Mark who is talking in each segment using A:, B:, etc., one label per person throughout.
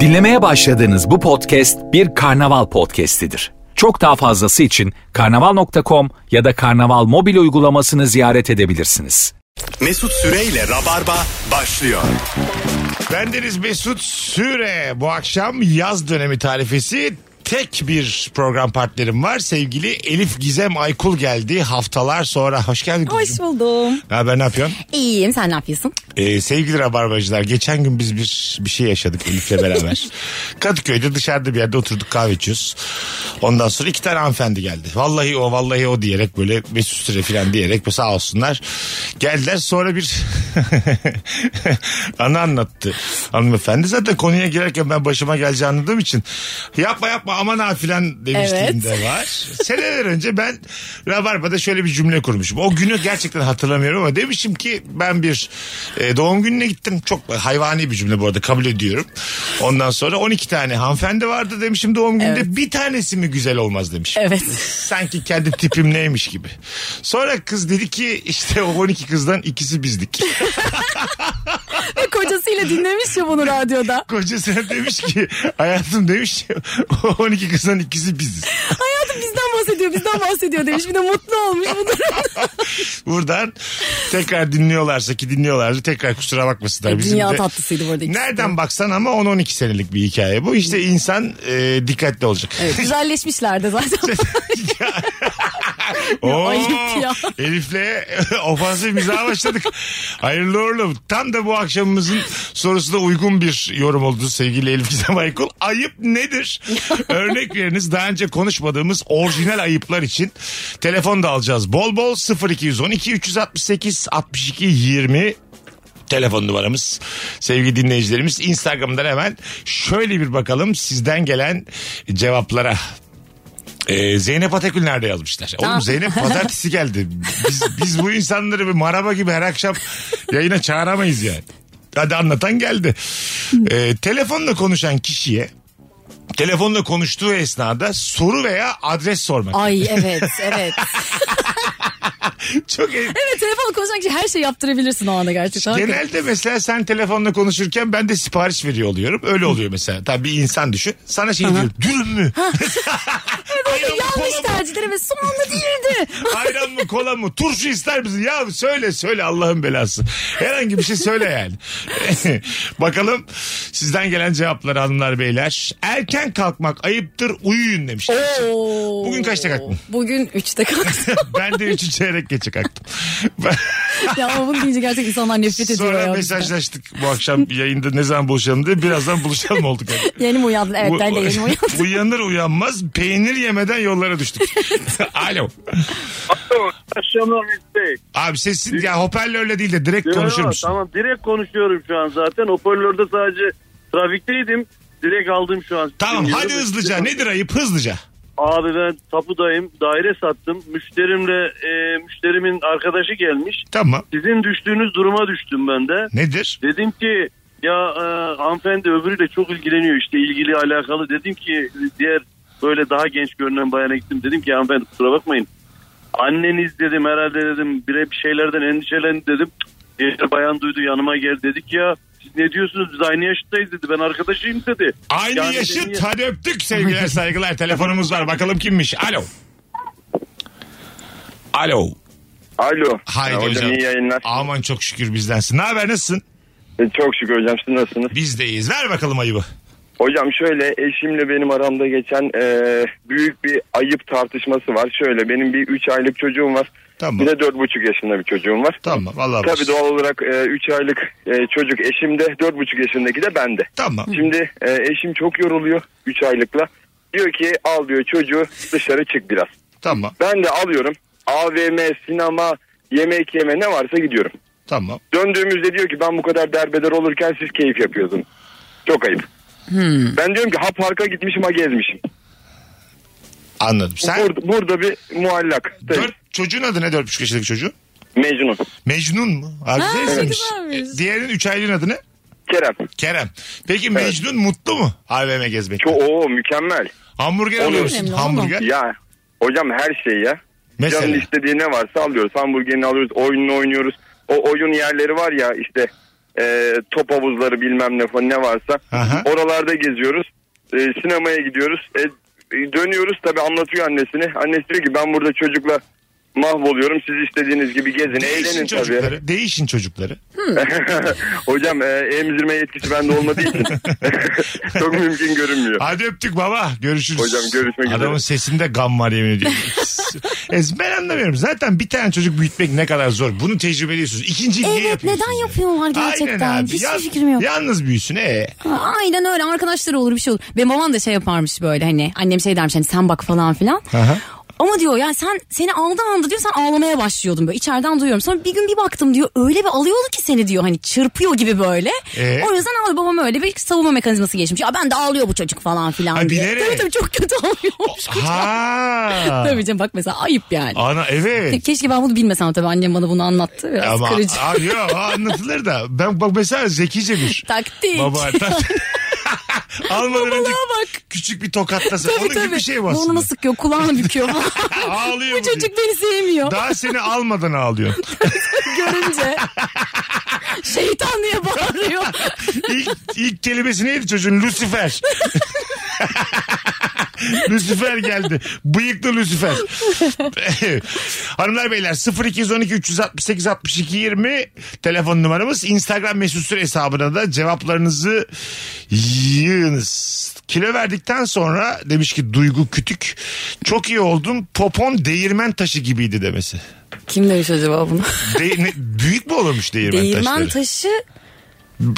A: Dinlemeye başladığınız bu podcast bir karnaval podcastidir. Çok daha fazlası için karnaval.com ya da karnaval mobil uygulamasını ziyaret edebilirsiniz.
B: Mesut Süreyle Rabarba başlıyor.
C: Bendeniz Mesut Süre. Bu akşam yaz dönemi tarifesi tek bir program partnerim var. Sevgili Elif Gizem Aykul geldi. Haftalar sonra hoş geldin.
D: Hoş
C: kızım.
D: buldum.
C: Ne haber ne yapıyorsun?
D: İyiyim sen ne yapıyorsun?
C: Ee, sevgili Rabarbacılar geçen gün biz bir, bir şey yaşadık Elif'le beraber. Kadıköy'de dışarıda bir yerde oturduk kahve içiyoruz. Ondan sonra iki tane hanımefendi geldi. Vallahi o vallahi o diyerek böyle Mesut Süre falan diyerek sağ olsunlar. Geldiler sonra bir ana anlattı hanımefendi. Zaten konuya girerken ben başıma geleceğini anladığım için yapma yapma aman ha filan demişliğim
D: Evet.
C: de var. Seneler önce ben Rabarba'da şöyle bir cümle kurmuşum. O günü gerçekten hatırlamıyorum ama demişim ki ben bir e, doğum gününe gittim. Çok hayvani bir cümle bu arada kabul ediyorum. Ondan sonra 12 tane hanımefendi vardı demişim doğum gününde. Bir tanesi mi güzel olmaz demiş.
D: Evet.
C: Sanki kendi tipim neymiş gibi. Sonra kız dedi ki işte o 12 kızdan ikisi bizdik.
D: Ve kocasıyla dinlemiş ya bunu radyoda.
C: Kocasına demiş ki hayatım demiş o 12 kızdan ikisi biziz.
D: Hayatım bizden bahsediyor bizden bahsediyor demiş. Bir de mutlu olmuş bu durumda.
C: Buradan tekrar dinliyorlarsa ki dinliyorlardı tekrar kusura bakmasınlar. Bizim
D: E, Dünya
C: de-
D: tatlısıydı bu arada. ikisi de.
C: Nereden baksan ama 10-12 senelik bir hikaye bu. İşte insan e, dikkatli olacak.
D: Evet, güzelleşmişlerdi zaten.
C: Oo,
D: ayıp ya.
C: Elif'le ofansif mizaha başladık. Hayırlı uğurlu. Tam da bu akşamımızın sorusuna uygun bir yorum oldu sevgili Elif Gizem Aykul. Ayıp nedir? Örnek veriniz daha önce konuşmadığımız orijinal ayıplar için telefon da alacağız. Bol bol 0212 368 62 20 telefon numaramız. Sevgili dinleyicilerimiz Instagram'dan hemen şöyle bir bakalım sizden gelen cevaplara. Ee, Zeynep Atakül nerede yazmışlar? Oğlum
D: Tamam.
C: Zeynep pazartesi geldi. Biz, biz bu insanları bir maraba gibi her akşam yayına çağıramayız yani. Hadi anlatan geldi. Ee, telefonla konuşan kişiye telefonla konuştuğu esnada soru veya adres sormak.
D: Ay evet evet.
C: Çok e-
D: Evet telefonla konuşan kişi her şeyi yaptırabilirsin o anda gerçekten.
C: Genelde mesela sen telefonla konuşurken ben de sipariş veriyor oluyorum. Öyle oluyor mesela. Tabii bir insan düşün. Sana şey diyor. Dürüm mü? Ayran mı, kola
D: Yanlış
C: mı?
D: tercihleri ve soğanlı değildi.
C: Ayran mı kola mı? Turşu ister misin? Ya söyle söyle Allah'ın belası. Herhangi bir şey söyle yani. Bakalım sizden gelen cevapları hanımlar beyler. Erken kalkmak ayıptır uyuyun demişler.
D: Oo.
C: Bugün kaçta kalktın?
D: Bugün 3'te kalktım.
C: Ben de üçü çeyrek geçe kalktım.
D: ya ama bunu deyince gerçekten insanlar nefret ediyor.
C: Sonra
D: ya.
C: mesajlaştık bu akşam yayında ne zaman buluşalım diye. Birazdan buluşalım olduk. Yani.
D: Yeni mi uyandın? Evet
C: Bu-
D: ben de yeni uyandım.
C: Uyanır uyanmaz peynir yemeden yollara düştük. Alo.
E: Akşamlar Mesut Bey.
C: Abi sesin ya hoparlörle değil de direkt konuşur
E: Merhaba,
C: musun?
E: Tamam direkt konuşuyorum şu an zaten. Hoparlörde sadece trafikteydim. Direkt aldım şu an.
C: Tamam
E: Dinliyorum.
C: hadi hızlıca. Nedir ayıp hızlıca?
E: Abi ben tapudayım. Daire sattım. Müşterimle e, müşterimin arkadaşı gelmiş.
C: Tamam.
E: Sizin düştüğünüz duruma düştüm ben de.
C: Nedir?
E: Dedim ki ya e, hanımefendi öbürüyle çok ilgileniyor işte ilgili alakalı. Dedim ki diğer böyle daha genç görünen bayana gittim. Dedim ki hanımefendi kusura bakmayın. Anneniz dedim herhalde dedim bire bir şeylerden endişelendi dedim. Diğer bayan duydu yanıma gel dedik ya siz ne diyorsunuz biz aynı yaştayız dedi ben arkadaşıyım dedi.
C: Aynı
E: Yani
C: yaşıt
E: dedi,
C: hadi öptük sevgiler saygılar. Telefonumuz var bakalım kimmiş? Alo. Alo.
F: Alo.
C: Haydi
F: Ya hocam.
C: hocam.
F: iyi yayınlar.
C: Aman çok şükür bizdensin. Ne haber nasılsın?
F: E, Çok şükür hocam siz nasılsınız?
C: Bizdeyiz. Ver bakalım ayıbı.
F: Hocam şöyle eşimle benim aramda geçen e, büyük bir ayıp tartışması var. Şöyle benim bir 3 aylık çocuğum var.
C: Tamam.
F: Bir de 4,5 yaşında bir çocuğum var.
C: Tamam vallahi.
F: Tabii
C: bak.
F: doğal olarak 3 aylık e, çocuk eşimde 4,5 yaşındaki de bende.
C: Tamam.
F: Şimdi e, eşim çok yoruluyor 3 aylıkla. Diyor ki al diyor çocuğu dışarı çık biraz.
C: Tamam.
F: Ben de alıyorum AVM, sinema, yemek yeme ne varsa gidiyorum.
C: Tamam.
F: Döndüğümüzde diyor ki ben bu kadar derbeder olurken siz keyif yapıyordunuz. Çok ayıp.
C: Hmm.
F: Ben diyorum ki ha parka gitmişim ha gezmişim.
C: Anladım. Sen
F: Burada, burada bir muallak. Tabii.
C: dört, çocuğun adı ne dört buçuk yaşındaki çocuğun?
F: Mecnun.
C: Mecnun mu? Abi
D: Ha,
C: güzelmiş.
D: güzelmiş.
C: E, Diğerinin üç aylığın adı ne?
F: Kerem.
C: Kerem. Peki Mecnun mutlu mu AVM gezmek?
F: Çok o mükemmel.
C: Hamburger
F: Olur.
C: alıyor musun?
D: Önemli,
C: Hamburger.
F: Ya hocam her şey ya.
C: Mesela?
F: Canın istediği ne varsa alıyoruz. Hamburgerini alıyoruz. Oyununu oynuyoruz. O oyun yerleri var ya işte e, top havuzları bilmem ne falan ne varsa
C: Aha.
F: oralarda geziyoruz. E, sinemaya gidiyoruz. E, e, dönüyoruz tabi anlatıyor annesini. Annesi diyor ki ben burada çocukla mahvoluyorum. Siz istediğiniz gibi gezin.
C: Değişin
F: Eğlenin tabii.
C: çocukları. Değişin çocukları.
F: Hocam e, emzirme yetkisi bende olmadığı için çok mümkün görünmüyor.
C: Hadi öptük baba. Görüşürüz.
F: Hocam görüşmek üzere.
C: Adamın sesinde gam var yemin ediyorum. Es- ben anlamıyorum. Zaten bir tane çocuk büyütmek ne kadar zor. Bunu tecrübeliyorsunuz. İkinciyi niye
D: Evet
C: yapıyorsunuz?
D: neden yapıyorlar gerçekten?
C: Aynen abi.
D: Hiçbir
C: Yal-
D: fikrim yok.
C: Yalnız büyüsün. Ee.
D: Aynen öyle arkadaşlar olur bir şey olur. Benim babam da şey yaparmış böyle hani annem şey dermiş hani sen bak falan filan.
C: Aha.
D: Ama diyor yani sen seni aldığı anda diyor sen ağlamaya başlıyordun böyle içeriden duyuyorum. Sonra bir gün bir baktım diyor öyle bir alıyordu ki seni diyor hani çırpıyor gibi böyle.
C: Ee?
D: O yüzden abi babam öyle bir savunma mekanizması geçmiş. Ya ben de ağlıyor bu çocuk falan filan
C: Ha,
D: diye.
C: bilerek.
D: Tabii tabii çok kötü ağlıyormuş.
C: Ha.
D: Tabii canım bak mesela ayıp yani.
C: Ana evet.
D: Keşke ben bunu bilmesem tabii annem bana bunu anlattı biraz
C: Ama
D: kırıcı.
C: abi yok o anlatılır da. Ben bak mesela zekice bir.
D: Taktik.
C: Baba tak- Almadan önce
D: bak.
C: küçük bir tokatlasın.
D: Tabii
C: Onun
D: tabii.
C: gibi bir şey bu
D: Burnunu
C: aslında.
D: sıkıyor kulağını büküyor falan.
C: Ağlıyor
D: Bu
C: bu diye.
D: çocuk beni sevmiyor.
C: Daha seni almadan ağlıyor.
D: Görünce. Şeytan diye bağırıyor.
C: İlk, ilk kelimesi neydi çocuğun? Lucifer. Lucifer geldi. Bıyıklı Lucifer. Hanımlar beyler 0212 368 62 20 telefon numaramız. Instagram mesut süre hesabına da cevaplarınızı yığınız. Kilo verdikten sonra demiş ki Duygu Kütük çok iyi oldum popom değirmen taşı gibiydi demesi.
D: Kim demiş acaba bunu?
C: De- ne- büyük mü olurmuş değirmen,
D: Değirmen
C: taşları?
D: taşı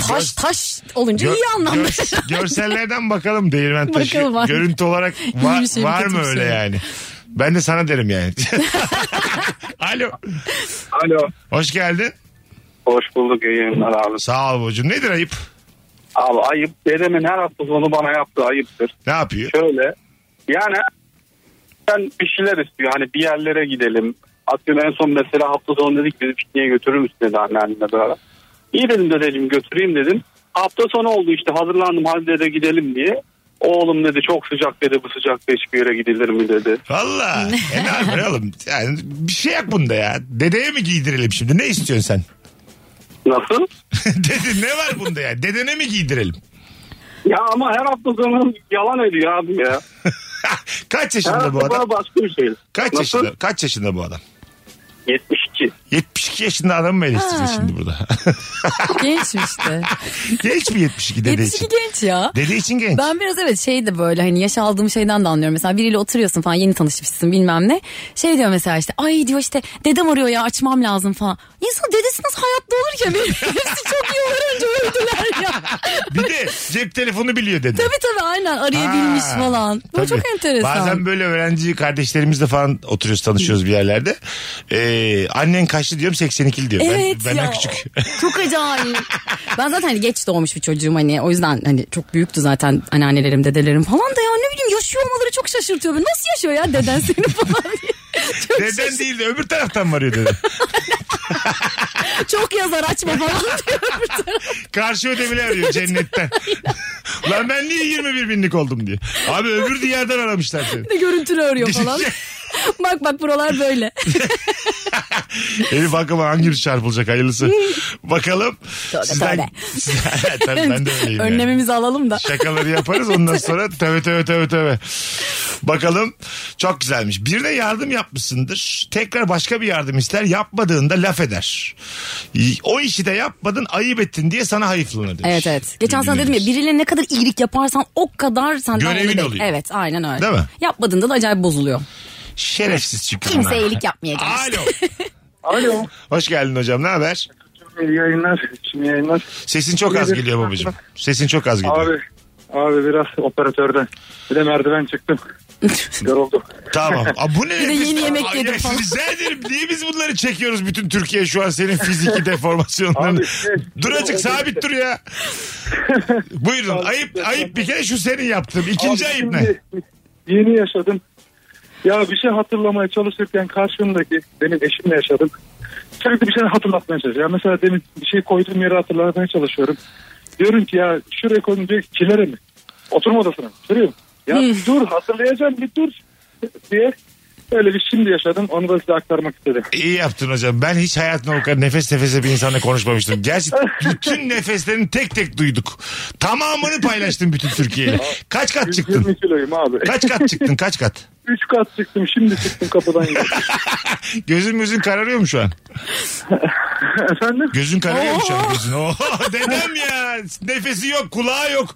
D: taş taş olunca
C: Gör-
D: iyi anlamda.
C: gör- görsellerden bakalım değirmen taşı.
D: Bakalım var.
C: Görüntü olarak var,
D: bir şey mi,
C: var
D: kötü
C: mı
D: bir şey
C: öyle
D: mi?
C: yani? Ben de sana derim yani. Alo.
G: Alo.
C: Hoş geldin.
G: Hoş bulduk iyi yayınlar abi.
C: Sağ ol bacım. Nedir ayıp?
G: Abi ayıp dedemin her hafta sonu bana yaptığı ayıptır.
C: Ne yapıyor?
G: Şöyle yani ben bir şeyler istiyor. Hani bir yerlere gidelim. Atıyorum en son mesela hafta sonu dedik bizi pikniğe götürür müsün dedi anneannemle beraber. İyi dedim de dedim götüreyim dedim. Hafta sonu oldu işte hazırlandım hadi dede gidelim diye. Oğlum dedi çok sıcak dedi bu sıcakta hiçbir yere gidilir mi dedi.
C: Valla. e ne yapıyor oğlum? Yani bir şey yap bunda ya. Dedeye mi giydirelim şimdi? Ne istiyorsun sen?
G: Nasıl?
C: Dedi ne var bunda ya? Dedene mi giydirelim?
G: Ya ama her hafta sonu yalan ediyor abi ya.
C: Kaç
G: Her
C: yaşında bu
G: hafta
C: adam?
G: bana başka bir şey.
C: Kaç
G: Nasıl?
C: yaşında? Kaç yaşında bu adam?
G: 72.
C: 72 yaşında adamı mı eleştirdin
D: Ha.
C: şimdi burada?
D: genç işte.
C: genç mi 72 dede için?
D: 72 genç ya.
C: Dede için genç.
D: Ben biraz evet şey de böyle hani yaş aldığım şeyden de anlıyorum. Mesela biriyle oturuyorsun falan yeni tanışmışsın bilmem ne. Şey diyor mesela işte ay diyor işte dedem arıyor ya açmam lazım falan. İnsan dedesi nasıl hayatta olur ki? Benim Hepsi çok yıllar önce öldüler ya.
C: Bir de cep telefonu biliyor dedi.
D: tabii tabii aynen arayabilmiş
C: Ha,
D: falan. Bu
C: tabii.
D: çok enteresan.
C: Bazen böyle öğrenci kardeşlerimizle falan oturuyoruz tanışıyoruz bir yerlerde. Ee, annen kaçtı diyorum 82'li diyor.
D: Evet
C: ben, benden
D: ya.
C: küçük.
D: Çok acayip. ben zaten hani geç doğmuş bir çocuğum hani o yüzden hani çok büyüktü zaten anneannelerim dedelerim falan da ya ne bileyim yaşıyor olmaları çok şaşırtıyor. beni. Nasıl yaşıyor ya deden seni falan diye. Çok,
C: Neden
D: şaş-
C: değil de öbür taraftan varıyor dedi.
D: çok yazar açma falan diyor.
C: Karşı ödemeli arıyor cennetten. Lan ben niye 21 binlik oldum diye. Abi öbür diyardan aramışlar seni.
D: Bir de görüntülü örüyor falan. bak bak buralar böyle.
C: Elif akıma hangi bir çarpılacak hayırlısı. Bakalım.
D: Tövbe, tövbe.
C: tabii ben de öyleyim. yani.
D: Önlemimizi alalım da.
C: Şakaları yaparız ondan sonra tövbe tövbe tövbe tövbe. Bakalım çok güzelmiş. Birine yardım yapmışsındır. Tekrar başka bir yardım ister. Yapmadığında laf eder. O işi de yapmadın ayıp ettin diye sana hayıflanır demiş.
D: Evet evet. Geçen sana dedim
C: Dinleyicimiz.
D: ya biriyle ne kadar iyilik yaparsan o kadar senden
C: Görevin
D: onu bek-
C: oluyor.
D: Evet aynen öyle.
C: Değil mi?
D: Yapmadığında da acayip bozuluyor.
C: Şerefsiz çıktı.
D: Kimse
C: bunlar.
D: iyilik yapmayacak işte.
C: Alo.
G: Alo.
C: Hoş geldin hocam ne haber?
G: İyi yayınlar. Şimdi yayınlar.
C: Sesin çok az geliyor babacığım. Sesin çok az geliyor.
G: Abi abi biraz operatörden. Bir de merdiven çıktım. Yoruldum.
C: Tamam. Aa, bu ne?
D: Bir de yeni yemek
C: Ay,
D: yedim
C: ya,
D: falan.
C: Rica ederim. Niye biz bunları çekiyoruz bütün Türkiye şu an senin fiziki deformasyonlarını?
G: Abi, şey-
C: dur azıcık sabit dur ya. Buyurun. ayıp ayıp bir kere şu senin yaptığın. İkinci
G: Abi
C: ayıp ne?
G: şimdi Yeni yaşadım. Ya bir şey hatırlamaya çalışırken karşımdaki benim eşimle yaşadım. Sürekli bir şey hatırlatmaya çalışıyorum. Ya mesela demin bir şey koyduğum yeri hatırlamaya çalışıyorum. Diyorum ki ya şuraya koydum diyor ki, kilere mi? Oturma odasına mı? Şuraya mı? Ya dur hatırlayacağım bir dur diye Böyle bir şimdi yaşadım onu da size aktarmak istedim.
C: İyi yaptın hocam. Ben hiç hayatımda o kadar nefes nefese bir insanla konuşmamıştım. Gerçi bütün nefeslerini tek tek duyduk. Tamamını paylaştın bütün Türkiye'yle. Kaç kat
G: 120
C: çıktın?
G: kiloyum abi.
C: Kaç kat çıktın? Kaç kat?
G: 3 kat çıktım şimdi çıktım kapıdan.
C: Gözün müzün kararıyor mu şu an?
G: Efendim?
C: Gözün kararıyor mu şu an gözün? Oo, dedem ya. Nefesi yok, kulağı yok.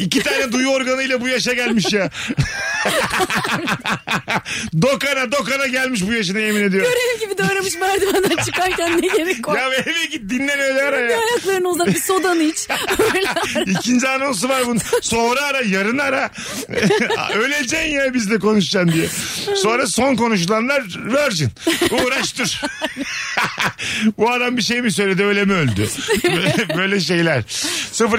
C: İki tane duyu organıyla bu yaşa gelmiş ya. dokana dokana gelmiş bu yaşına yemin ediyorum.
D: Görev gibi doğramış merdivenden çıkarken ne gerek var?
C: Ya eve git dinlen öyle ara
D: Bir
C: ya.
D: ayaklarını uzat bir sodanı iç. Öyle ara.
C: İkinci anonsu var bunun. Sonra ara, yarın ara. Öleceksin ya bizle konuşacaksın diye. Sonra son konuşulanlar virgin. Uğraştır. Bu adam bir şey mi söyledi öyle mi öldü? Böyle- Böyle şeyler.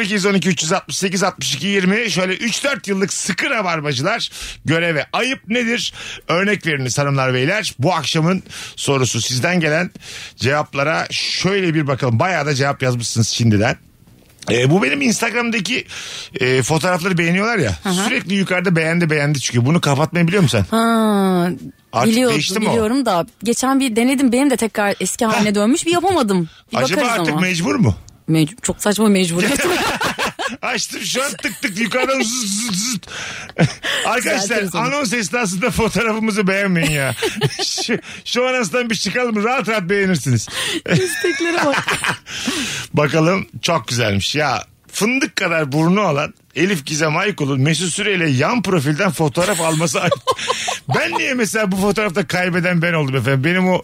C: 0212 368 62 20 şöyle 3-4 yıllık sıkı rabarbacılar göreve ayıp nedir? Örnek veriniz hanımlar beyler. Bu akşamın sorusu sizden gelen cevaplara şöyle bir bakalım. Bayağı da cevap yazmışsınız şimdiden. E, bu benim Instagram'daki e, fotoğrafları beğeniyorlar ya. Sürekli yukarıda beğendi beğendi çıkıyor. Bunu kapatmayı biliyor musun sen?
D: Ha,
C: Artık
D: biliyorum,
C: değişti mi o?
D: biliyorum da geçen bir denedim benim de tekrar eski haline dönmüş bir yapamadım. Bir
C: Acaba
D: bakarız
C: artık
D: ama.
C: mecbur mu?
D: Mecbur- çok saçma mecburiyet.
C: Açtım şu an tık tık yukarıdan zıt zıt zıt. Arkadaşlar
D: Düzeltiriz onu.
C: anons esnasında fotoğrafımızı beğenmeyin ya. şu, şu an aslında bir çıkalım rahat rahat beğenirsiniz.
D: İsteklere bak.
C: Bakalım çok güzelmiş ya. Fındık kadar burnu olan Elif Gizem Aykul'un Mesut Süreyle yan profilden fotoğraf alması ayıp. ben niye mesela bu fotoğrafta kaybeden ben oldum efendim? Benim o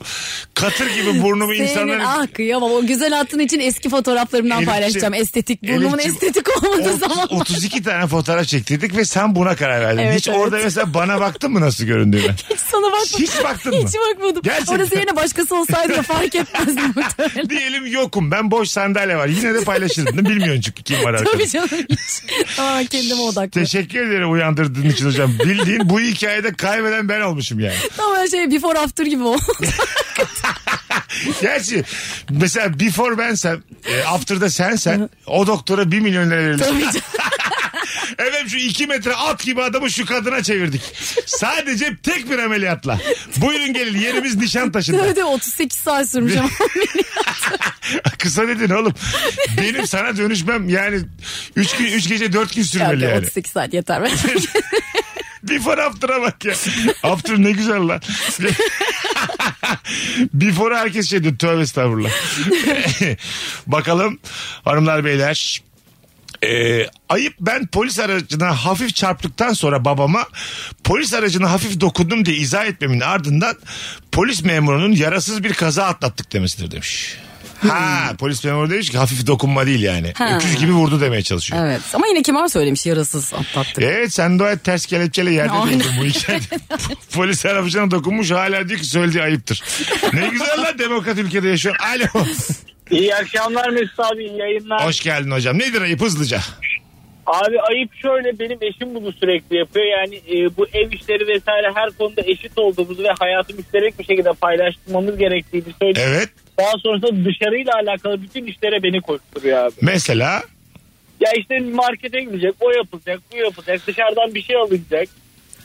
C: katır gibi burnumu
D: Senin
C: insanların...
D: ah kıyamam o güzel hattın için eski fotoğraflarımdan
C: Elifciğim,
D: paylaşacağım. Estetik burnumun
C: Elifciğim,
D: estetik olmadığı
C: Otuz-
D: zaman.
C: 32 tane fotoğraf çektirdik ve sen buna karar verdin.
D: Evet,
C: Hiç
D: evet.
C: orada mesela bana baktın mı nasıl göründüğüme?
D: Sana bakmadım.
C: Hiç baktın mı?
D: Hiç bakmadım.
C: Gerçekten.
D: Orası yerine başkası olsaydı da fark etmezdim muhtemelen.
C: Diyelim yokum ben boş sandalye var. Yine de paylaşırdım. değil mi? Bilmiyorsun çünkü kim var arkada.
D: Tabii canım hiç. Tamamen kendime odaklı.
C: Teşekkür ederim uyandırdığın için hocam. Bildiğin bu hikayede kaybeden ben olmuşum yani.
D: Tamamen şey before after gibi oldu.
C: Gerçi mesela before bensem, e, after'da sensen o doktora bir milyon lira verilir.
D: Tabii canım.
C: Efendim şu iki metre at gibi adamı şu kadına çevirdik. Sadece tek bir ameliyatla. Buyurun gelin yerimiz Nişantaşı'nda.
D: Tabii de 38 saat sürmüş ama.
C: Kısa dedin oğlum. Benim sana dönüşmem yani üç, gün, üç gece dört gün sürmeli
D: Yani
C: yani.
D: 38 saat yeter.
C: Before after'a bak ya. After ne güzel lan. Before herkes şey diyor. Tövbe estağfurullah. Bakalım hanımlar beyler. Ee, ayıp ben polis aracına hafif çarptıktan sonra babama polis aracına hafif dokundum diye izah etmemin ardından polis memurunun yarasız bir kaza atlattık demesidir demiş. Ha polis memuru demiş ki hafif dokunma değil yani.
D: Ha.
C: Öküz gibi vurdu demeye çalışıyor.
D: evet ama yine kimar söylemiş yarasız atlattık.
C: Evet Ee, sen de o ters kelepçeyle yerde
D: Aynen.
C: durdun bu hikayede. Polis arabasına dokunmuş hala diyor ki söylediği ayıptır. Ne güzel lan demokrat ülkede yaşıyor. Alo.
H: İyi akşamlar Mesut abi iyi yayınlar.
C: Hoş geldin hocam. Nedir ayıp hızlıca?
H: Abi ayıp şöyle benim eşim bunu sürekli yapıyor. Yani e, bu ev işleri vesaire her konuda eşit olduğumuzu ve hayatı müşterek bir şekilde paylaştırmamız gerektiğini söylüyor.
C: Evet.
H: Daha sonrasında dışarıyla alakalı bütün işlere beni koşturuyor abi.
C: Mesela
H: Ya işte markete gidecek, o yapılacak, bu yapılacak, dışarıdan bir şey alınacak,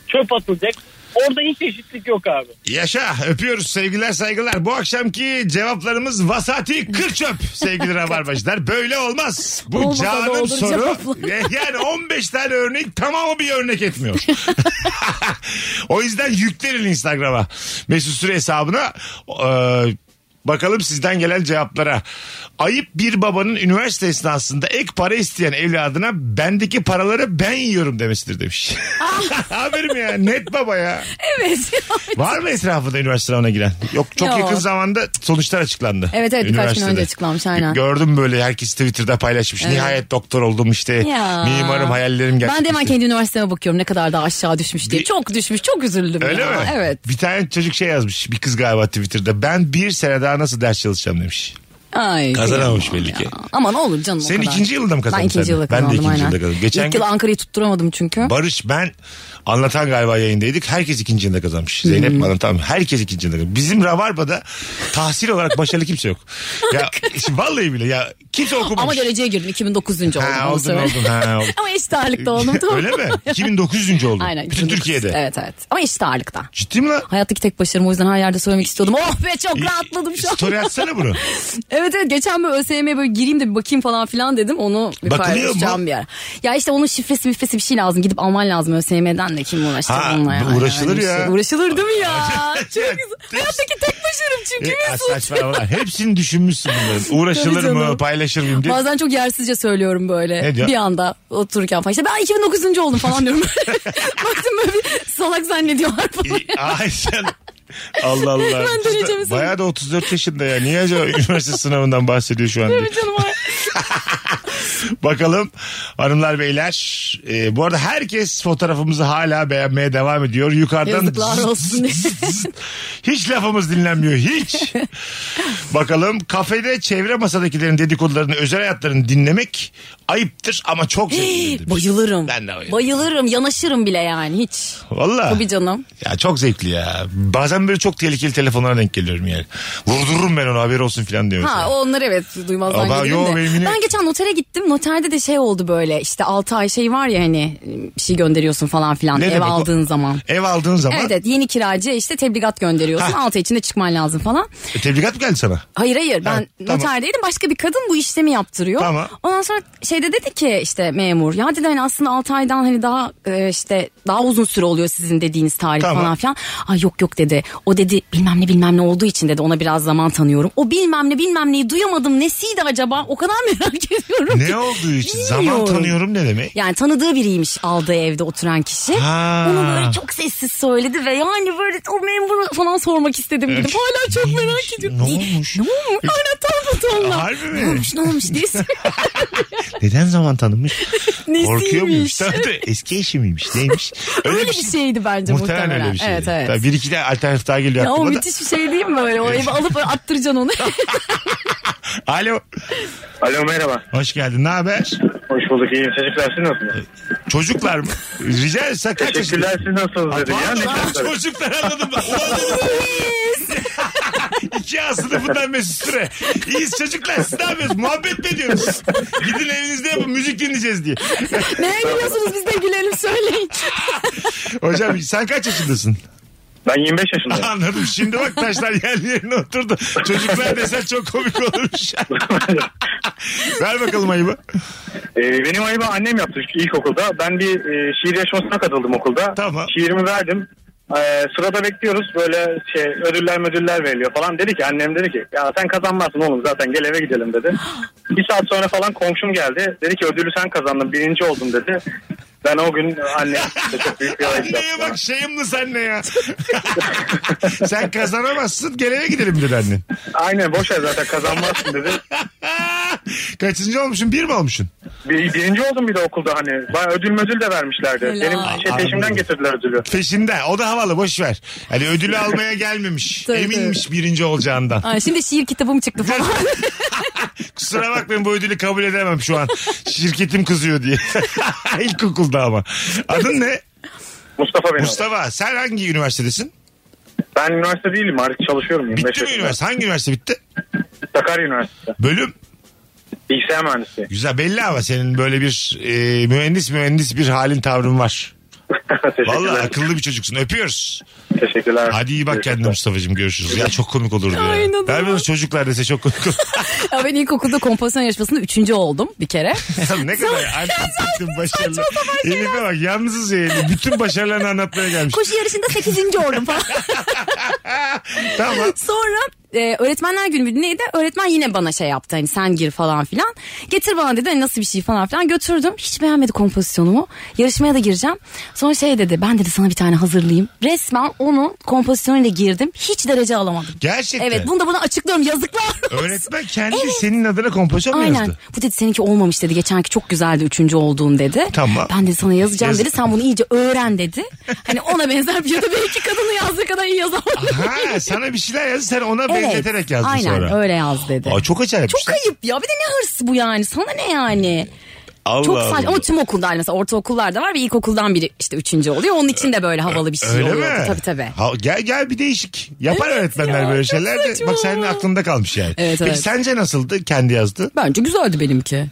H: çöp atılacak. Orada hiç eşitlik yok abi.
C: yaşa öpüyoruz sevgiler saygılar. Bu akşamki cevaplarımız vasati kır çöp sevgili rabarbacılar. Böyle olmaz. Bu
D: Olmasa da
C: canım
D: olur
C: soru. eh,
D: cevaplar.
C: Yani 15 tane örnek tamamı bir örnek etmiyor. o yüzden yüklerin Instagram'a. Mesut Süre hesabına. Ee, bakalım sizden gelen cevaplara. Ayıp bir babanın üniversite esnasında ek para isteyen evladına bendeki paraları ben yiyorum demesidir demiş.
D: Ah!
C: Haberim ya net baba ya.
D: Evet.
C: Var mı etrafında üniversite sınavına giren? Yok çok
D: Yok.
C: yakın zamanda sonuçlar açıklandı.
D: Evet, evet, birkaç gün
C: Üniversitede.
D: önce açıklanmış, aynen.
C: Gördüm böyle herkes Twitter'da paylaşmış. Nihayet doktor oldum işte.
D: Ya.
C: Mimarım hayallerim
D: Ben de hemen
C: gerçekleşti.
D: kendi üniversiteme bakıyorum ne kadar daha aşağı düşmüş diye.
C: Bir-
D: Çok düşmüş çok üzüldüm.
C: Öyle
D: ya.
C: mi?
D: Evet.
C: Bir tane çocuk şey yazmış. Bir kız galiba Twitter'da. Ben bir sene daha nasıl ders çalışacağım demiş.
D: Ay,
C: Kazanamamış
D: kıyamam
C: belli ki.
D: ya. Aman olur canım
C: Sen
D: o kadar.
C: ikinci yılda mı kazandın
D: Ben ikinci
C: sen? Ben
D: yılda
C: de
D: kazandım
C: ikinci
D: aynen.
C: yılda kazandım. Geçen
D: İlk
C: gün-
D: yıl Ankara'yı tutturamadım çünkü.
C: Barış ben anlatan galiba yayındaydık. Herkes ikinci yılında kazanmış.
D: Hmm.
C: Zeynep mi anlatan mı? Herkes ikinci yılında kazanmış. Bizim Rabarba'da tahsil olarak başarılı kimse yok. Ya vallahi bile ya kimse okumamış.
D: Ama dereceye girdim 2009. oldum.
C: Ha,
D: onu
C: oldun,
D: söyleyeyim.
C: oldun, ha, oldun.
D: Ama eşit ağırlıkta oldum. tamam.
C: Öyle mi? 2009. oldun.
D: Aynen.
C: Bütün
D: 2009.
C: Türkiye'de.
D: Evet evet. Ama eşit ağırlıkta.
C: Ciddi mi lan?
D: Hayattaki tek başarım o yüzden her yerde söylemek istiyordum. Oh be çok rahatladım şu an.
C: Story atsana bunu.
D: Evet evet geçen böyle ÖSYM'ye böyle gireyim de bir bakayım falan filan dedim. Onu bir
C: Bakılıyor
D: paylaşacağım
C: mu?
D: bir ara. Ya işte onun şifresi mifresi bir şey lazım. Gidip alman lazım ÖSYM'den de kim uğraşacak
C: Ha,
D: onunla ya.
C: uğraşılır
D: Yani
C: ya.
D: işte Uğraşılır değil mi ya? çok
C: Ya,
D: güzel. Hayattaki tek başarım çünkü
C: E,
D: Mesut.
C: saçmalama. Hepsini düşünmüşsün bunların. Uğraşılır
D: Tabii
C: mı?
D: canım.
C: Paylaşır mıyım diye.
D: Bazen çok yersizce söylüyorum böyle.
C: Ne diyor?
D: Bir anda otururken falan. İşte ben 2009. oldum falan diyorum. Baktım böyle bir salak zannediyorlar falan.
C: İyi, Ay sen Allah Allah.
D: Ben döneceğim sana.
C: Bayağı da 34 yaşında ya. Niye acaba üniversite sınavından bahsediyor şu an? diye.
D: Tabii canım. ay.
C: Bakalım hanımlar beyler. Ee, bu arada herkes fotoğrafımızı hala beğenmeye devam ediyor. Yukarıdan
D: Yazıklar
C: zıt
D: olsun.
C: zıt zıt. hiç lafımız dinlenmiyor hiç. Bakalım kafede çevre masadakilerin dedikodularını özel hayatlarını dinlemek ayıptır ama çok zevkli. demiş.
D: bayılırım.
C: Ben de bayılırım.
D: Bayılırım. Yanaşırım bile yani hiç.
C: Valla.
D: Tabii canım.
C: Ya çok zevkli ya. Bazen böyle çok tehlikeli telefonlara denk geliyorum yani. Vurdururum ben onu haber olsun falan diyor.
D: Ha
C: mesela.
D: onlar evet duymazdan
C: Ama
D: gelirim
C: yo,
D: de.
C: benim yine-
D: Ben geçen notere gittim. Noterde de şey oldu böyle işte 6 ay şey var ya hani bir şey gönderiyorsun falan filan
C: Ne
D: ev
C: demek o?
D: aldığın zaman.
C: Ev aldığın zaman
D: Evet evet yeni kiracıya işte tebligat gönderiyorsun.
C: Ha.
D: 6 ay içinde çıkman lazım falan.
C: E, tebligat mı geldi sana?
D: Hayır hayır ben
C: Ha, tamam.
D: noterdeydim başka bir kadın bu işlemi yaptırıyor.
C: Tamam.
D: Ondan sonra şeyde dedi ki işte memur ya dedi hani aslında 6 aydan hani daha e, işte daha uzun süre oluyor sizin dediğiniz tarih
C: Tamam.
D: falan filan. Ay yok yok dedi o dedi bilmem ne bilmem ne olduğu için dedi ona biraz zaman tanıyorum. O bilmem ne bilmem neyi duyamadım nesiydi acaba o kadar merak ediyorum ki.
C: Ne olduğu için zaman
D: Bilmiyorum.
C: tanıyorum ne demek?
D: Yani tanıdığı biriymiş aldığı evde oturan kişi.
C: Ha.
D: Onu böyle çok sessiz söyledi ve yani böyle o memuru falan sormak istedim dedim. Hala çok merak ediyorum.
C: Ne olmuş?
D: Ne olmuş? Aynen tam fotoğrafla.
C: Harbi mi?
D: Ne olmuş ne olmuş diye.
C: Neden zaman tanınmış?
D: Nesiymiş?
C: Korkuyor muymuş? Tabii tabii. Eski eşi miymiş? Neymiş? şey.
D: Öyle bir şeydi bence
C: Muhtemelen,
D: muhtemelen.
C: öyle bir şey.
D: Evet, evet.
C: Tabii bir iki de alternatif daha geliyor
D: Ya o
C: aklıma da.
D: müthiş bir şey değil mi böyle? O evi alıp attıracaksın onu.
C: Alo.
F: Alo merhaba.
C: Hoş geldin. Ne haber?
F: Hoş bulduk. İyiyim. Çocuklar siz nasılsınız?
C: Çocuklar mı? Rica ederim. Sen kaç
F: Teşekkürler
C: yaşındasın?
F: siz nasılsınız dedi. Ya ne
C: Aa,
F: kadar-
C: Çocuklar anladım. İki A sınıfından Mesut Süre. İyiyiz çocuklar siz ne yapıyorsunuz? Muhabbet mi ediyorsunuz? Gidin evinizde yapın müzik dinleyeceğiz diye.
D: Neye gülüyorsunuz biz de gülelim söyleyin.
C: Hocam sen kaç yaşındasın?
F: Ben 25 yaşındayım.
C: Anladım. Şimdi bak taşlar yerli yerine oturdu. Çocuklar desen çok komik olurmuş. Ver bakalım ayıbı.
F: Ee, benim ayıbı annem yaptı çünkü ilkokulda. Ben bir e, şiir yarışmasına katıldım okulda.
C: Tamam.
F: Şiirimi verdim. Ee, sırada bekliyoruz böyle şey ödüller ödüller veriliyor falan. Dedi ki annem dedi ki ya sen kazanmazsın oğlum zaten gel eve gidelim dedi. bir saat sonra falan komşum geldi. Dedi ki ödülü sen kazandın birinci oldun dedi. Ben o gün annem çok büyük bir ayıp
C: Anneye
F: yaptım.
C: bak şeyimli sen ne ya. sen kazanamazsın gelene gidelim dedi annen.
F: Aynen boş ver zaten kazanmazsın dedi.
C: Kaçıncı olmuşsun? Bir mi olmuşsun?
F: Bir, birinci oldum bir de okulda hani. Bana ödül ödül de vermişlerdi.
D: Helal.
F: Benim şey,
C: Anladım.
F: peşimden getirdiler ödülü.
C: Peşinde. O da havalı boş ver. Hani ödülü almaya gelmemiş.
D: Tabii,
C: Eminmiş birinci olacağından.
D: Ay, şimdi şiir kitabım çıktı falan.
C: Kusura bakmayın bu ödülü kabul edemem şu an. Şirketim kızıyor diye. İlkokulda ama. Adın ne?
F: Mustafa benim.
C: Mustafa sen hangi üniversitedesin?
F: Ben üniversite değilim artık çalışıyorum. 25
C: Bitti mi
F: yaşında.
C: üniversite? Hangi üniversite bitti?
F: Sakarya Üniversitesi.
C: Bölüm.
F: Bilgisayar mühendisliği.
C: Güzel belli ama senin böyle bir e, mühendis mühendis bir halin tavrın var.
F: Teşekkürler.
C: Vallahi akıllı bir çocuksun. Öpüyoruz.
F: Teşekkürler.
C: Hadi iyi bak kendine Mustafa'cığım görüşürüz. Ya çok komik olurdu ya.
D: Ay, inanılmaz.
C: Ben bunu çocuklar dese çok komik olur.
D: ya ben ilkokulda kompozisyon yarışmasında üçüncü oldum bir kere.
C: Ya ne kadar antipatim başarılı. Elif'e bak yalnızız ya Elif. Bütün başarılarını anlatmaya gelmiş.
D: Koşu yarışında sekizinci oldum falan.
C: Tamam.
D: Sonra e, öğretmenler günü müydü neydi? Öğretmen yine bana şey yaptı hani sen gir falan filan. Getir bana dedi hani nasıl bir şey falan filan götürdüm. Hiç beğenmedi kompozisyonumu. Yarışmaya da gireceğim. Sonra şey dedi ben dedi sana bir tane hazırlayayım. Resmen onun kompozisyonuyla girdim. Hiç derece alamadım.
C: Gerçekten.
D: Evet bunu da buna açıklıyorum yazıklar olsun.
C: Öğretmen kendi senin adına kompozisyon mu
D: Aynen.
C: yazdı?
D: Bu dedi seninki olmamış dedi. Geçenki çok güzeldi üçüncü olduğun dedi.
C: Tamam.
D: Ben de sana yazacağım
C: Yaz-
D: dedi. Sen bunu iyice öğren dedi. Hani ona benzer bir ya da belki kadını yazdığı kadar iyi yazamadım.
C: Ha sana bir şeyler yazdı sen ona benzeterek yazdı
D: Aynen,
C: sonra.
D: öyle yaz dedi.
C: Aa, çok acayip.
D: Çok ayıp ya. Bir de ne hırs bu yani. Sana ne yani? Çok saçma. Ama tüm okulda hani mesela ortaokullarda var ve ilkokuldan biri işte üçüncü oluyor. Onun için de böyle havalı bir şey
C: Öyle
D: oluyor.
C: mi?
D: Tabii tabii.
C: Ha, gel gel bir değişik. Yapar öğretmenler
D: ya,
C: böyle
D: çok
C: şeyler de.
D: saçma
C: Bak senin
D: ama.
C: aklında kalmış yani.
D: Evet,
C: Peki
D: evet.
C: sence nasıldı? Kendi yazdı.
D: Bence güzeldi benimki.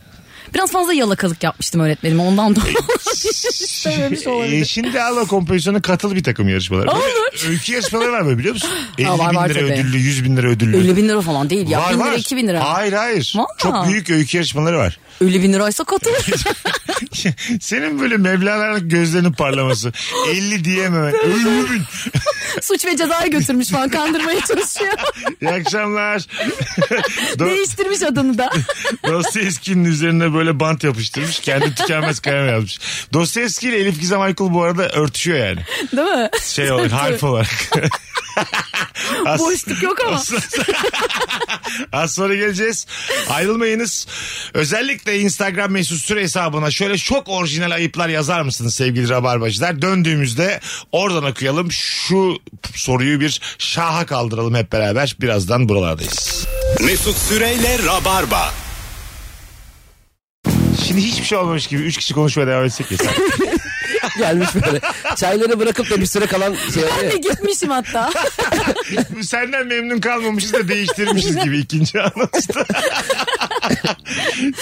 D: Biraz fazla yalakalık yapmıştım öğretmenime ondan dolayı. İstememiş
C: Ee,
D: olabilir.
C: şimdi al o kompozisyona katıl bir takım yarışmalara. Böyle
D: Olur.
C: Öykü yarışmaları var böyle biliyor musun? 50
D: var,
C: bin
D: var
C: lira
D: tabii.
C: ödüllü, 100 bin lira ödüllü.
D: 50 bin lira falan değil ya.
C: var,
D: bin lira
C: var.
D: 2000 lira.
C: Hayır hayır.
D: Vallahi.
C: Çok büyük öykü yarışmaları var.
D: 50 bin liraysa katılır.
C: Senin böyle meblalarlık gözlerinin parlaması. 50 diyememen. 50 bin.
D: Suç ve cezayı götürmüş falan kandırmaya çalışıyor.
C: İyi akşamlar. Do-
D: Değiştirmiş adını da.
C: Dostoyevski'nin üzerine böyle bant yapıştırmış. Kendi tükenmez kalem yazmış. Dostoyevski ile Elif Gizem Aykul bu arada örtüşüyor yani.
D: Değil mi?
C: Şey olarak, harf olarak. As-
D: Boşluk yok ama.
C: Az sonra geleceğiz. Ayrılmayınız. Özellikle Instagram mesut süre hesabına şöyle çok orijinal ayıplar yazar mısınız sevgili rabarbacılar? Döndüğümüzde oradan okuyalım. Şu soruyu bir şaha kaldıralım hep beraber. Birazdan buralardayız.
B: Mesut Süreyle Rabarba.
C: Şimdi hiçbir şey olmamış gibi 3 kişi konuşmaya devam etsek yeter.
I: Gelmiş böyle. Çayları bırakıp da bir süre kalan şey oluyor ya.
D: Gitmişim hatta.
C: Senden memnun kalmamışız da değiştirmişiz gibi ikinci anonsta.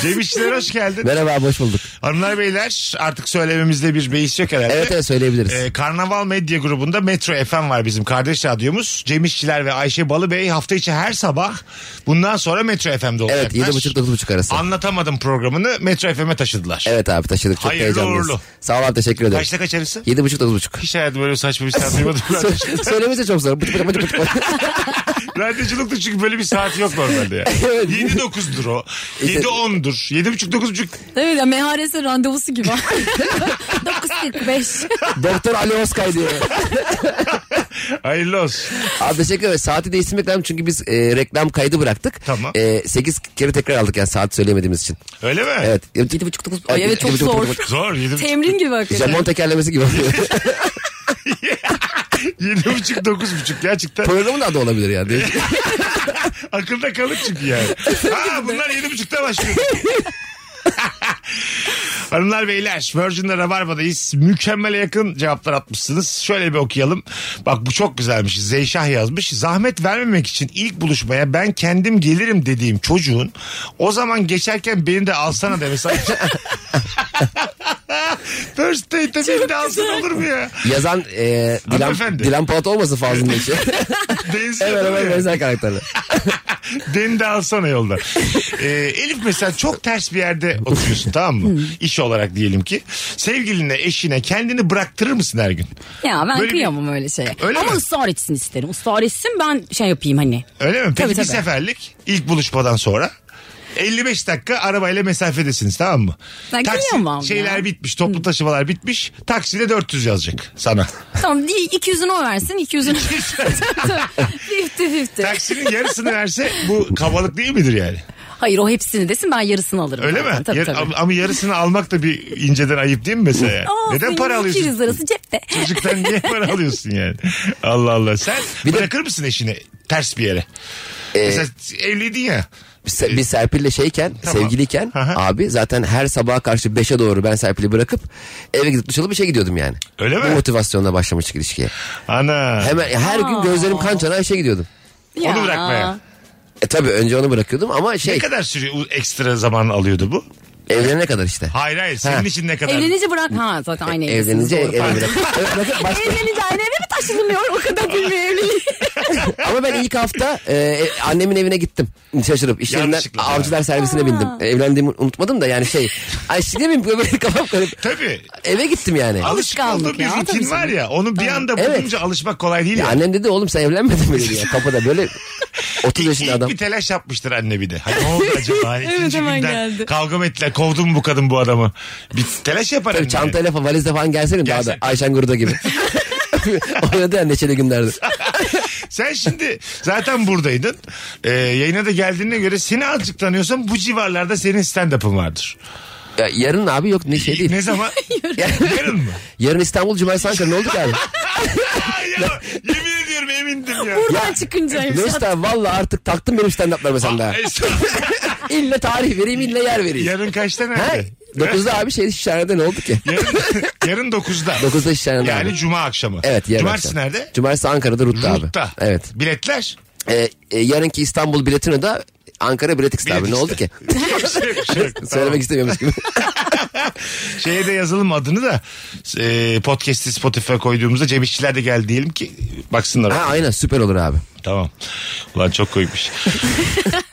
C: Cem İşçiler hoş geldin.
I: Merhaba abi, hoş bulduk.
C: Hanımlar beyler artık söylememizde bir beis yok herhalde.
I: Evet evet söyleyebiliriz.
C: Ee, Karnaval Medya grubunda Metro FM var bizim kardeş radyomuz. Cem İşçiler ve Ayşe Balıbey hafta içi her sabah bundan sonra Metro FM'de olacaklar.
I: evet 7.30-9.30 arası.
C: Anlatamadım programını Metro FM'e taşıdılar.
I: Evet abi taşıdık çok
C: Hayırlı
I: heyecanlıyız.
C: uğurlu.
I: Sağ ol abi teşekkür ederim.
C: Kaçta kaç arası?
I: 7.30-9.30.
C: Hiç hayatımda böyle saçma bir saat duymadım.
I: Sö- Söylemesi çok zor. Bıcı bıcı bıcı bıcı.
C: Radyoculukta çünkü böyle bir saat yok normalde yani.
I: Evet.
C: 7-9'dur o. 7-10'dur. 7.30-9.30
D: Evet ya MHRS randevusu gibi. 9.45.
I: Doktor Ali Oskay diyor.
C: hayırlı olsun.
I: Abi teşekkür ederim. Saati değiştirmek lazım çünkü biz e, reklam kaydı bıraktık.
C: Tamam.
I: E, 8 kere tekrar aldık yani saat söyleyemediğimiz için.
C: Öyle mi?
I: Evet.
D: Yedi buçuk, dokuz- Ay, evet, çok
I: Yedi buçuk, dokuz-
D: zor.
C: Zor. 7.30
D: Temrin gibi
I: Jamon
D: hakikaten.
I: tekerlemesi gibi oluyor.
C: 7.30-9.30 gerçekten
I: Programın adı olabilir yani.
C: Akılda kalır çünkü yani. Ha bunlar yedi buçukta başlıyor. Hanımlar beyler Virgin'de Rabarba'dayız. Mükemmele yakın cevaplar atmışsınız. Şöyle bir okuyalım. Bak bu çok güzelmiş. Zeyşah yazmış. Zahmet vermemek için ilk buluşmaya ben kendim gelirim dediğim çocuğun o zaman geçerken beni de alsana demesi. First date'de beni de alsan olur mu ya?
I: Yazan e, Dilan,
C: Hanımefendi.
I: Dilan Polat olmasın fazlının işi.
C: Benziyor
I: hemen
C: değil mi?
I: hemen benzer karakterler.
C: Beni de alsana yolda. Ee, Elif mesela çok ters bir yerde oturuyorsun tamam mı?
D: Hmm.
C: İş olarak diyelim ki. Sevgiline, eşine kendini bıraktırır mısın her gün?
D: Ya ben
C: Böyle bir-
D: kıyamam öyle şeye.
C: Öyle
D: Ama
C: mi?
D: ısrar etsin isterim. Israr etsin ben şey yapayım hani.
C: Öyle mi? Peki
D: Tabii,
C: bir
D: tabii.
C: seferlik ilk buluşmadan sonra 55 dakika arabayla mesafedesiniz tamam mı?
D: Ben kıyamam ya.
C: şeyler bitmiş, toplu taşımalar bitmiş. Taksiyle 400 yazacak sana.
D: Tamam değil, 200'ünü o versin 200'ünü. Fifty fifty.
C: Taksinin yarısını verse bu kabalık değil midir yani?
D: Hayır o hepsini desin ben yarısını alırım.
C: Öyle
D: zaten.
C: mi?
D: Tabii
C: Yar-
D: tabii.
C: Ama yarısını almak da bir inceden ayıp değil mi mesela? yani?
D: Aa,
C: Neden
D: senin
C: para alıyorsun?
D: 200 lirası cepte.
C: Çocuktan niye para alıyorsun yani? Allah Allah. Sen
I: Bir de- Ee,
C: bırakır mısın eşini ters bir yere? Mesela evliydin ya.
I: Biz, biz Serpil'le şeyken,
C: Tamam.
I: sevgiliyken
C: Aha.
I: abi zaten her sabaha karşı 5'e doğru ben Serpil'i bırakıp eve gidip dışarı bir şey gidiyordum yani.
C: Öyle mi?
I: Bu motivasyonla başlamıştık ilişkiye.
C: Ana.
I: Hemen her gün gözlerim kan çanağı işe gidiyordum.
D: Ya.
C: Onu bırakmaya.
I: E tabi önce onu bırakıyordum ama
C: Ne
I: şey
C: kadar sürüyor u- ekstra zaman alıyordu bu?
I: evlenene kadar işte.
C: Hayır hayır senin
I: Ha.
C: için ne kadar?
D: Evlenince bırak. Ha zaten aynı evlisiniz.
I: Evlenince
D: doğru.
I: eve bırakıp, eve bırakıp başka.
D: Evlenince aynı eve mi taşınılıyor o kadar bilmiyor evliliği.
I: Ama ben ilk hafta e, e, annemin evine gittim. Şaşırıp işlerinden
C: Yanlışlıkla.
I: avcılar servisine bindim. E, Evlendiğimi unutmadım da yani şey. Ay işte ne bileyim böyle kafam karışık.
C: Tabii.
I: Eve gittim yani.
C: Alışık
D: Alışkanlık
C: olduğun bir
D: ya,
C: rutin
D: tabii
C: var ya onu bir anda
I: Evet.
C: bulunca alışmak kolay değil
I: Ya
C: ya.
I: annem dedi oğlum sen evlenmedin mi dedi ya kapıda böyle 30
C: İlk
I: yaşında adam.
C: bir telaş yapmıştır anne bir de. Hani ne oldu acaba? Hani
D: Evet,
C: ikinci
D: hemen
C: günden
D: geldi.
C: kavga mı ettiler? Kovdu mu bu kadın bu adamı? Bir telaş yapar
I: Tabii
C: anne.
I: çantayla falan valizle falan gelsene daha da
C: Gelsen.
I: Ayşen Guruda gibi. Oynadı ya neşeli günlerde.
C: Sen şimdi zaten buradaydın. Ee, yayına da geldiğine göre seni azıcık tanıyorsam bu civarlarda senin stand-up'ın vardır.
I: Ya, yarın abi yok ne şey değil.
C: Ne zaman?
I: Ya-
C: Yarın mı?
I: yarın İstanbul Cumartesi Ankara ne oldu ki abi?
C: Ay ya, yemin ediyorum emindim ya.
D: Buradan çıkıncaymış.
I: Mesut valla artık taktın benim stand-up'larıma sen daha.
C: Aa, estağfurullah.
I: İlle tarih vereyim ille yer vereyim.
C: Yarın kaçta
I: Ha?
C: nerede?
I: Dokuzda abi şey şişhanede ne oldu ki?
C: Yarın, yarın 9'da.
I: Dokuzda şişhanede
C: Yani
I: abi.
C: cuma akşamı.
I: Evet yarın
C: Cumartesi
I: akşam.
C: nerede?
I: Cumartesi Ankara'da Rut'ta,
C: Rut'ta.
I: abi. Evet.
C: Biletler.
I: Ee, e, yarınki İstanbul biletini de Ankara Bilet X'de abi. Ne
C: Bilet
I: oldu
C: X'te.
I: ki?
C: Şey- şey-
I: Söylemek istemiyormuş gibi.
C: Şeye de yazalım adını da e, podcast'i Spotify'a koyduğumuzda Cem İşçiler de geldi diyelim ki baksınlar.
I: ha aynen süper olur abi.
C: Tamam. Ulan çok koymuş.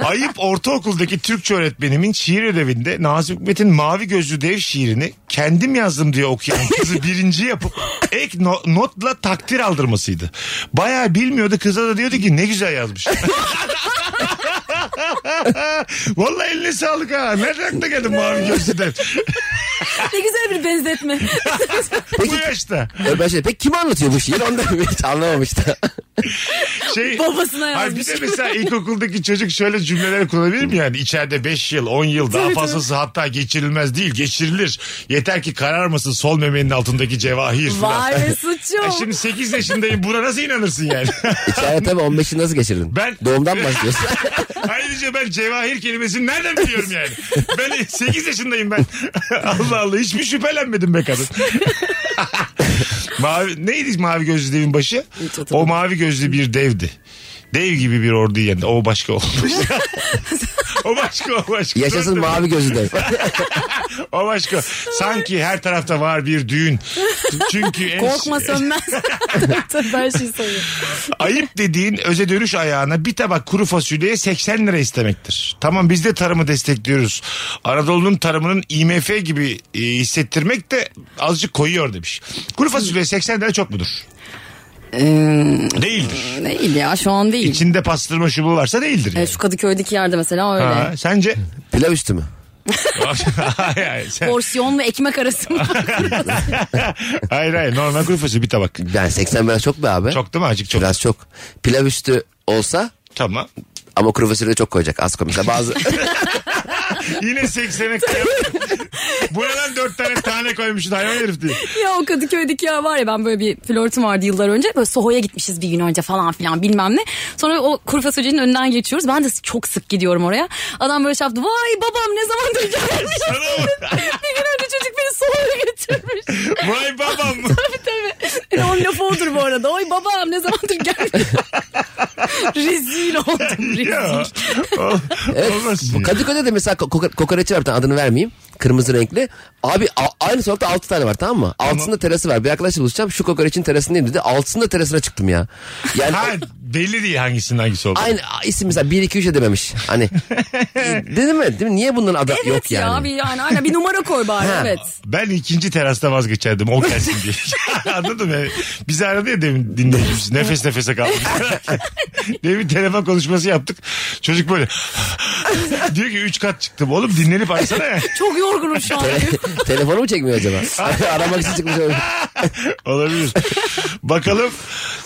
C: Ayıp ortaokuldaki Türkçe öğretmenimin şiir ödevinde Nazım Hikmet'in Mavi Gözlü Dev şiirini kendim yazdım diye okuyan kızı birinci yapıp ek no- notla takdir aldırmasıydı. Bayağı bilmiyordu kıza da diyordu ki ne güzel yazmış. Vallahi eline sağlık ha. Nereden aklına geldi Mavi Gözlü Dev?
D: Ne güzel bir benzetme.
C: Bu yaşta.
I: Ee, Ben şey, peki kim anlatıyor bu şiiri? Onu da hiç anlamamış da.
C: şey,
D: Babasına
C: Hayır,
D: yazmış.
C: Bir de mesela ilkokuldaki çocuk şöyle cümleler kullanabilir mi yani? İçeride 5 yıl, 10 yıl daha
D: Tabii,
C: fazlası hatta geçirilmez değil, geçirilir. Yeter ki kararmasın sol memenin altındaki cevahir falan.
D: Vay be
C: Ya
D: suçum.
C: şimdi 8 yaşındayım buna nasıl inanırsın yani?
I: İçeride tabii 15'i nasıl geçirdin?
C: Ben-
I: Doğumdan mı başlıyorsun.
C: Ayrıca ben cevahir kelimesini nereden biliyorum yani? Ben 8 yaşındayım ben. Allah Allah hiçbir şüphelenmedim be kadın. mavi, neydi mavi gözlü devin başı? O mavi gözlü bir devdi. Dev gibi bir ordu yendi. O başka olmuş. o başka o başka.
I: Yaşasın
C: Dur, dur.
I: mavi gözü de.
C: O başka. Sanki her tarafta var bir düğün. Çünkü en-
D: Korkma sönmez. Tabii şey her şeyi sayıyor.
C: Ayıp dediğin öze dönüş ayağına bir tabak kuru fasulyeye 80 lira istemektir. Tamam biz de tarımı destekliyoruz. Anadolu'nun tarımının IMF gibi e, hissettirmek de azıcık koyuyor demiş. Kuru fasulye 80 lira çok mudur? Değildir.
D: Değil ya şu an değil.
C: İçinde pastırma şubu varsa değildir.
D: E,
C: Yani.
D: şu Kadıköy'deki yerde mesela öyle.
C: Ha, sence?
I: Pilav üstü mü?
C: hayır, hayır, sen-
D: Porsiyon ve ekmek arası mı?
C: hayır hayır normal kuru fasulye bir tabak.
I: Yani 80 biraz çok be abi.
C: Çok değil mi acık çok?
I: Biraz çok. Pilav üstü olsa
C: Tamam.
I: ama kuru fasulye çok koyacak az koy. Mesela bazı
C: Yine 80'e kıyamıyorum. Bu ne lan 4 tane tane koymuşsun hayvan herif diye.
D: ya o Kadıköy'deki yer var ya ben böyle bir flörtüm vardı yıllar önce. Böyle Soho'ya gitmişiz bir gün önce falan filan bilmem ne. Sonra o kuru fasulyenin önünden geçiyoruz. Ben de çok sık gidiyorum oraya. Adam böyle şey yaptı. Vay babam ne zamandır gelmiş.
C: Sana bak.
D: bir gün önce çocuk beni Soho'ya getirmiş.
C: Vay babam.
D: tabii tabii. Yani onun lafı odur bu arada. Oy babam ne zamandır gelmiş. rezil oldum
C: Ya.
D: rezil.
C: Ol-
I: Evet.
C: Olmaz.
I: Bu Kadıköy'de de mesela koka- kokoreççi var bir tane adını vermeyeyim. Kırmızı renkli. Abi a- aynı sokakta 6 tane var tamam mı? Altısında terası var. Bir arkadaşla buluşacağım. Şu kokoreçin terasındayım dedi. Altısında terasına çıktım ya. Yani
C: Ha, belli değil hangisinin hangisi oldu.
I: aynı a- isim mesela 1 2 3 de dememiş. Hani dedim mi? Değil mi? Niye bunların adı
D: Evet
I: yok
D: ya
I: yani?
D: bir yani aynen bir numara koy bari
I: Ha.
D: evet.
C: Ben ikinci terasta vazgeçerdim o gelsin diye. Anladın mı? Bizi aradı ya demin dinleyicimiz. Nefes nefese kaldık. demin telefon konuşması yaptık. Çocuk böyle. diyor ki 3 kat çıktım. Oğlum dinlenip açsana ya.
D: Çok yorgunum şu an.
I: Te- Telefonu mu çekmiyor acaba? Hani Aramak için çıkmış olabilir.
C: Olabilir. Bakalım.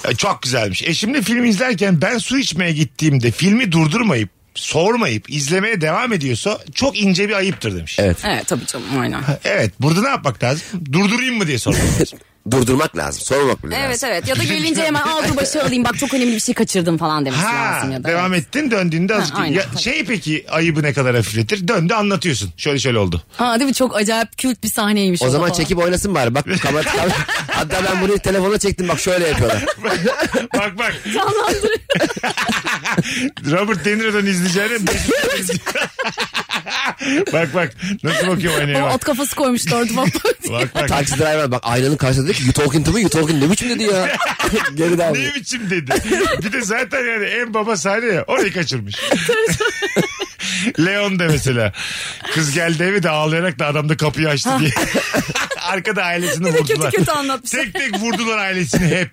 C: E, Çok güzelmiş. Eşimle film izlerken ben su içmeye gittiğimde filmi durdurmayıp sormayıp izlemeye devam ediyorsa çok ince bir ayıptır demiş.
I: Evet.
D: evet tabii canım aynen.
C: Evet, burada ne yapmak lazım? Durdurayım mı diye sormak.
I: Durdurmak lazım. Sormak bile
D: Evet
I: lazım.
D: evet ya da gelince hemen al dur başı alayım bak çok önemli bir şey kaçırdım falan demesi
C: ha,
D: lazım ya da.
C: devam ettin döndüğünde
D: Ha,
C: azıcık.
D: aynen,
C: Ya,
D: tabii.
C: şey peki ayıbı ne kadar hafifletir? Döndü anlatıyorsun. Şöyle şöyle oldu.
D: Ha değil mi çok acayip kült bir sahneymiş.
I: O
D: da
I: zaman
D: falan.
I: çekip oynasın bari. Bak kamera Hatta ben bunu telefona çektim. Bak şöyle yapıyorlar.
C: bak bak. Robert De Niro'dan izleyeceğine Mesut'tan izleyeceğine- bak bak nasıl bakıyor aynaya
D: Ama
C: bak.
D: at kafası koymuş dört bak.
C: Bak bak.
I: Taksi driver bak aynanın karşısında dedi ki you talking to me you talking ne biçim dedi ya. Geri devam
C: Ne
I: ediyor.
C: biçim dedi. Bir de zaten yani en baba sahne ya. Orayı kaçırmış. Leon da mesela. Kız geldi eve de ağlayarak da adam da kapıyı açtı diye. Arkada ailesini
D: de kötü
C: vurdular.
D: kötü anlatmışlar.
C: Tek tek vurdular ailesini hep.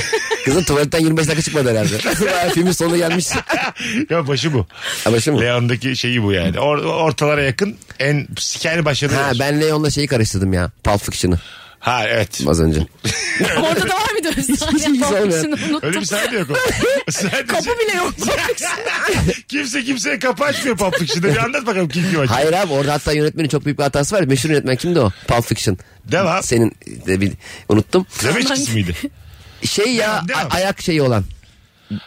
I: Kızım tuvaletten 25 dakika çıkmadı herhalde. Bayağı Filmin sonu gelmiş.
C: ya başı bu.
I: Ama şimdi
C: Leon'daki şeyi bu yani. Or- ortalara yakın en sikerli başladı.
I: Ha ben Leon'la şeyi karıştırdım ya. Pulp Fiction'ı
C: ha evet.
I: az önce.
D: Ama orada da var mıydı öyle bir sahne?
I: Hiç ilgisi
D: Bak,
I: olmayan. şey.
D: şunu
C: Öyle
D: unuttum.
C: bir sahne yok. o. Sadece-
D: Kapı bile yok.
C: Kimse kimseye kapı açmıyor paplık şimdi. Bir anlat bakalım kim kim açıyor.
I: Hayır abi orada hatta yönetmenin çok büyük bir hatası var. Meşhur yönetmen kimdi o? Pulp Fiction.
C: Devam.
I: Senin de bir unuttum.
C: Demeçkisi miydi?
I: Şey ya
C: Devam, devam.
I: a- ayak şeyi olan.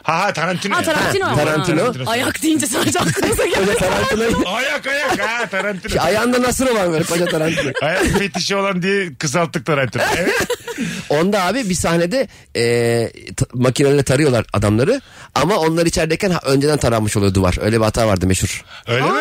C: Ha ha Tarantino.
D: Ha
C: yani.
D: Tarantino.
I: Ha,
D: ama.
I: Tarantino.
D: Ha. Ayak deyince sadece aklınıza
I: Koca
D: geldi.
I: Tarantino.
C: Ayak ayak ha Tarantino.
I: Şey, Ayağında nasır var böyle koca Tarantino.
C: Ayak fetişi olan diye kısalttık Tarantino. Evet.
I: Onda abi bir sahnede e, t- makinelerle tarıyorlar adamları ama onlar içerideyken ha- önceden taranmış oluyor duvar. Öyle bir hata vardı meşhur.
C: Öyle mi?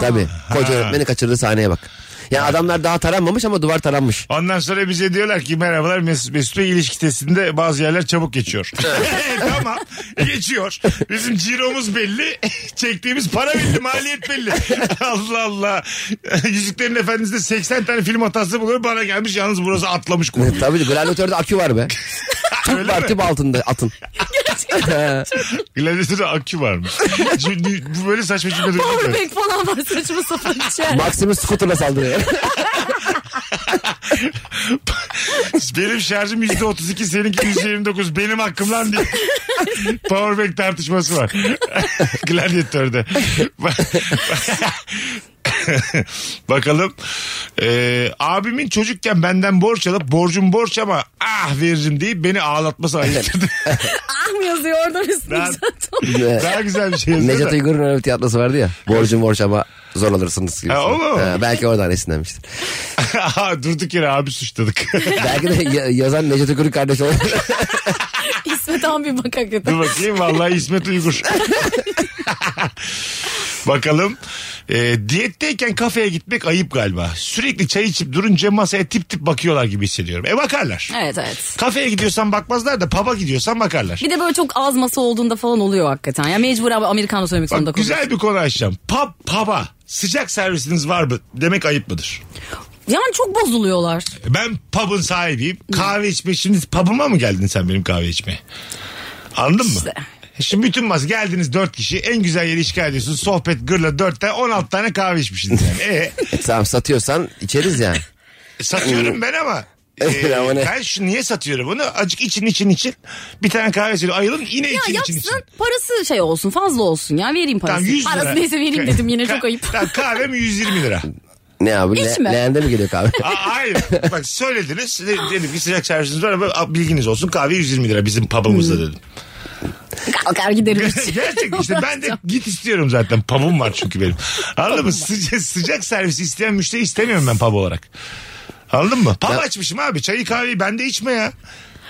I: Tabii. Koca öğretmeni kaçırdığı sahneye bak. Yani adamlar daha taranmamış ama duvar taranmış.
C: Ondan sonra bize diyorlar ki merhabalar Mesut, Mesut Bey ilişki testinde bazı yerler çabuk geçiyor. tamam geçiyor. Bizim ciromuz belli. Çektiğimiz para belli maliyet belli. Allah Allah. Yüzüklerin Efendisi'nde 80 tane film hatası buluyor. Bana gelmiş yalnız burası atlamış konu.
I: Tabii gladyatörde akü var be. Tüp
C: Öyle
I: var
C: mi?
I: tüp altında atın.
C: Gladiator'da akü varmış. Şimdi bu böyle saçma cümle duydum.
D: Powerbank falan var saçma sapan şey. içer.
I: Maximus scooter'la saldırıyor.
C: Benim şarjım %32 seninki %29 benim hakkım lan diye. Powerbank tartışması var. Gladiatör'de. Bakalım. Ee, abimin çocukken benden borç alıp borcum borç ama ah veririm deyip beni ağlatması ayıptırdı.
D: Ah mı yazıyor oradan üstüne
C: Ben-
D: zaten.
C: Daha güzel bir şey yazıyor
I: Necat
C: da.
I: Uygur'un öyle bir tiyatrosu vardı ya. Borcun borç ama zor alırsınız gibi.
C: Ha, o mu?
I: belki oradan esinlenmiştir.
C: Aha, Durduk yere abi suçladık.
I: belki de ya- yazan Necat Uygur'un kardeşi olabilir.
D: İsmet abi bir bak hakikaten.
C: Dur bakayım vallahi İsmet Uygur. Bakalım. Ee, diyetteyken kafeye gitmek ayıp galiba. Sürekli çay içip durunca masaya tip tip bakıyorlar gibi hissediyorum. E bakarlar.
D: Evet evet.
C: Kafeye gidiyorsan bakmazlar da pub'a gidiyorsan bakarlar.
D: Bir de böyle çok az masa olduğunda falan oluyor hakikaten. Ya mecbur abi Amerikan'da söylemek zorunda
C: Bak,
D: kalıyorsun.
C: güzel bir konu açacağım. Pub, pub'a sıcak servisiniz var mı demek ayıp mıdır?
D: Yani çok bozuluyorlar.
C: Ben pub'ın sahibiyim. Kahve içme şimdi pub'ıma mı geldin sen benim kahve içmeye? Anladın mı? E
D: İşte.
C: Şimdi bütün mas geldiniz dört kişi en güzel yeri işgal ediyorsunuz. Sohbet gırla dört tane on altı tane kahve içmişsiniz yani. E,
I: tamam satıyorsan içeriz yani.
C: satıyorum ben ama. e,
I: Ama ne?
C: ben şu niye satıyorum bunu? Acık için için için. Bir tane kahve söyle ayılın yine
D: Ya
C: için için için.
D: yapsın parası şey olsun fazla olsun ya vereyim
C: Tamam
D: parası.
C: 100 lira.
D: parası neyse vereyim dedim yine
C: Ka-
D: çok ayıp.
C: Tamam kahvem 120 lira.
I: Ne abi? Le-
D: İçme.
I: leğende mi geliyor kahve?
C: Aa, hayır. Bak söylediniz. De- Dedim ki sıcak servisiniz var ama bilginiz olsun kahve 120 lira bizim
D: Hmm.
C: pub'ımızda dedim.
D: Kalkar giderim.
C: Gerçek işte ben de git istiyorum zaten. Pub'um var çünkü benim. Anladın mı? Sıcak, sıcak servisi isteyen müşteri istemiyorum ben pub olarak. Anladın mı? Pub açmışım abi. Çayı kahveyi ben de içme ya.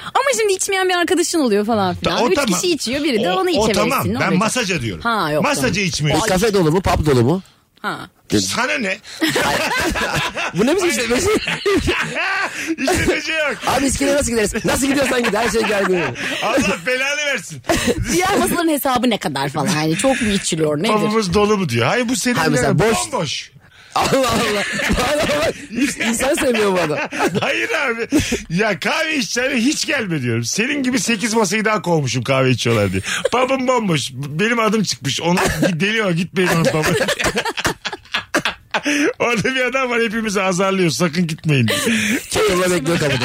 D: Ama şimdi içmeyen bir arkadaşın oluyor falan filan. Üç kişi içiyor biri de
C: O- O
D: onu içemesin.
C: tamam. Ben
D: ne olacak?
C: masaja diyorum.
D: Ha, yok,
C: masaja
D: tamam.
I: E,
C: içmiyor.
I: kafe dolu mu? Pub dolu mu?
D: Ha.
C: Sana ne?
I: Bu ne biçim işletmesi?
C: İşletmeci şey yok.
I: Abi iskele nasıl gideriz? Nasıl gidiyorsan git her şey geldi.
C: Allah belanı versin.
D: Diğer masaların hesabı ne kadar falan yani çok mu içiliyor nedir?
C: Pub'ımız dolu mu diyor. Hayır bu senin
I: Hayır, mesela
C: ya,
I: boş-
C: bomboş.
I: Allah Allah. Bana bak. İnsan sevmiyor bu adam.
C: Hayır abi. Ya kahve içeceğine hiç gelme diyorum. Senin gibi 8 masayı daha kovmuşum kahve içiyorlar diye. Pub'ım bomboş. Benim adım çıkmış. Onu deliyor gitmeyin onun pub'ı. Orada bir adam var hepimizi azarlıyor. Sakın gitmeyin. diye.
I: Çayırla bekliyor kapıda.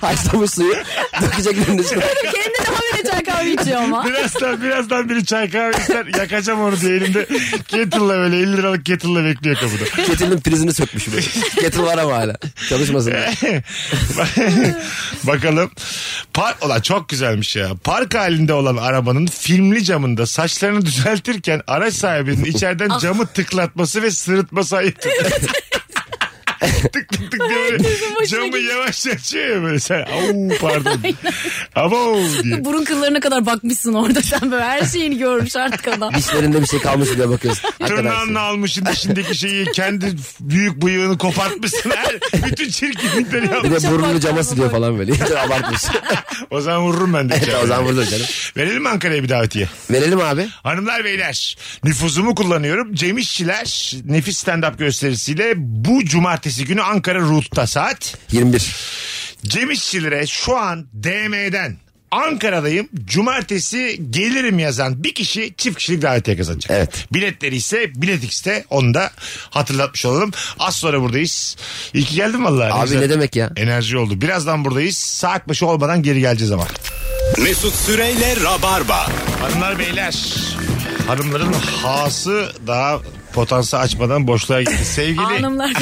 I: Haşlamış suyu. Dökecek önünüz.
D: Kendi de habire çay kahve içiyor ama.
C: Birazdan birazdan biri çay kahve ister. Yakacağım onu diye elimde. Kettle'la böyle 50 liralık kettle'la bekliyor kapıda.
I: Ketilin prizini sökmüş böyle. Ketil var ama hala. Çalışmasın. diye.
C: Bakalım. Park, ola çok güzelmiş ya. Park halinde olan arabanın filmli camında saçlarını düzeltirken araç sahibinin içeriden camı tıklatması ve sırıtması ayıptır. tık tık tık diye böyle
D: Herkesin başına
C: camı
D: geliyor.
C: yavaş açıyor ya böyle sen. Au pardon. Abo diye.
D: Burun kıllarına kadar bakmışsın orada sen böyle her şeyini görmüş artık adam.
I: Dişlerinde bir şey kalmış diye bakıyorsun. Hakikaten.
C: Tırnağınla almışsın dişindeki şeyi kendi büyük bıyığını kopartmışsın. Her, bütün çirkinlikleri
I: Bir
C: yapmışsın.
I: de burnunu cama siliyor falan böyle. İyice Abartmış.
C: O zaman vururum ben de.
I: Evet, o zaman burada canım.
C: Verelim mi Ankara'ya bir davetiye?
I: Verelim abi.
C: Hanımlar beyler nüfuzumu kullanıyorum. Cem İşçiler nefis stand-up gösterisiyle bu cumartesi günü Ankara Root'ta saat.
I: 21.
C: Cem İşçilere şu an DM'den Ankara'dayım cumartesi gelirim yazan bir kişi çift kişilik davetiye kazanacak.
I: Evet.
C: Biletleri ise Bilet X'te onu da hatırlatmış olalım. Az sonra buradayız. İyi ki geldin vallahi.
I: Abi
C: Güzel
I: ne demek ya?
C: Enerji oldu. Birazdan buradayız. Saat başı olmadan geri geleceğiz ama.
B: Mesut Süreyle Rabarba.
C: Hanımlar beyler. Hanımların şey hası daha potansı açmadan boşluğa gitti. Sevgili
D: Hanımlar.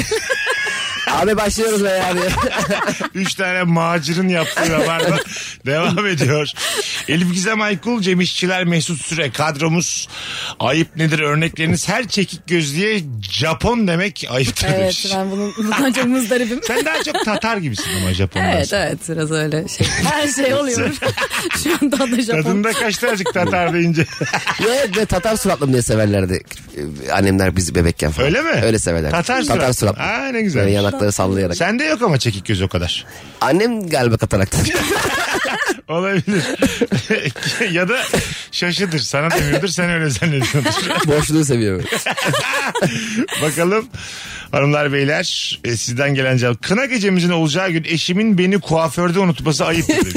I: Abi başlıyoruz be yani.
C: Üç tane macirin yaptığı rabarba devam ediyor. Elif Gizem Aykul, Cem İşçiler, Mesut Süre kadromuz. Ayıp nedir örnekleriniz? Her çekik gözlüye Japon demek ayıptır
D: Evet
C: demiş.
D: ben bunun, bundan çok muzdaribim.
C: Sen daha çok Tatar gibisin ama Japonlar.
D: Evet evet biraz öyle şey. Her şey oluyor. Şu anda da Japon.
C: Tadında kaçtı azıcık Tatar deyince.
I: ve, ve Tatar suratlım diye severlerdi. Ee, Annemler bizi bebekken falan.
C: Öyle mi?
I: Öyle severler.
C: Tatar
I: Tatar
C: suratlı.
I: suratlı.
C: Aa, ne güzel.
I: Böyle yanakları sallayarak.
C: Sende yok ama çekik göz o kadar.
I: Annem galiba kataraktan.
C: Olabilir. ya da şaşıdır. Sana demiyordur. Sen öyle zannediyordur.
I: Boşluğu seviyor.
C: Bakalım hanımlar beyler e, sizden gelen cevap. Kına gecemizin olacağı gün eşimin beni kuaförde unutması ayıp. demiş.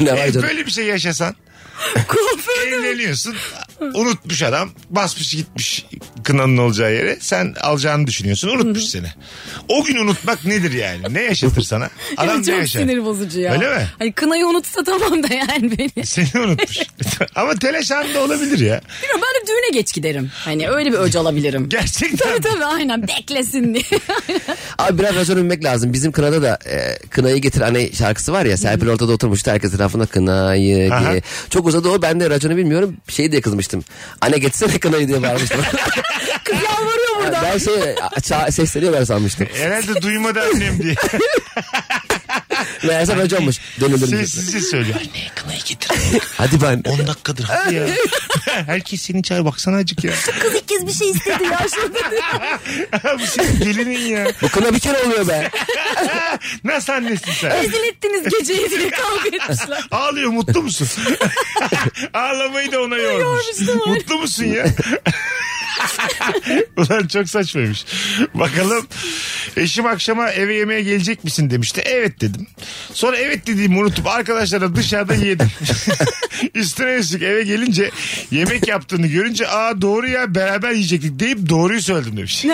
I: Anne var
C: e,
I: canım.
C: böyle bir şey yaşasan evleniyorsun unutmuş adam basmış gitmiş kınanın olacağı yere sen alacağını düşünüyorsun unutmuş seni. O gün unutmak nedir yani ne yaşatır sana? Adam
D: Ya
C: ne
D: çok
C: yaşar?
D: sinir bozucu ya.
C: Öyle mi?
D: Hani kınayı unutsa tamam da yani beni.
C: Seni unutmuş. Ama telaşan da olabilir ya.
D: Bilmiyorum, ben de düğüne geç giderim. Hani öyle bir öc alabilirim.
C: Gerçekten.
D: tabii tabii aynen beklesin diye.
I: Abi biraz razon övmek lazım. Bizim kınada da e, kınayı getir anne şarkısı var ya. Serpil ortada oturmuştu. Herkes etrafında kınayı diye.
C: Aha.
I: Çok uzadı o. Ben de raconu bilmiyorum. Şey diye kızmıştım. Anne getsene kınayı diye bağırmıştım.
D: Kız yalvarıyor burada.
I: ben şey ça- sesleniyorlar sanmıştım.
C: Herhalde duymadı annem diye.
I: Meğerse raconmuş. Dönülür mü?
C: Sessizce söylüyor. Anne kınayı getir.
I: Hadi ben.
C: 10 dakikadır hadi ya. Herkes seni çağır baksana acık ya.
D: Kız ilk kez bir şey istedi ya şimdi.
C: Bu senin gelinin ya.
I: Bu kına bir kere oluyor be.
C: Nasıl annesin sen?
D: Rezil ettiniz geceyi diye kavga etmişler.
C: Ağlıyor mutlu musun? Ağlamayı da ona yormuş.
D: Yormuştum, evet.
C: mutlu musun ya? Ulan çok saçmaymış. Bakalım eşim akşama eve yemeğe gelecek misin demişti. Evet dedim. Sonra evet dediğimi unutup arkadaşlara dışarıda yedim. Üstüne üstlük eve gelince yemek yaptığını görünce aa doğru ya beraber yiyecektik deyip doğruyu söyledim demiş.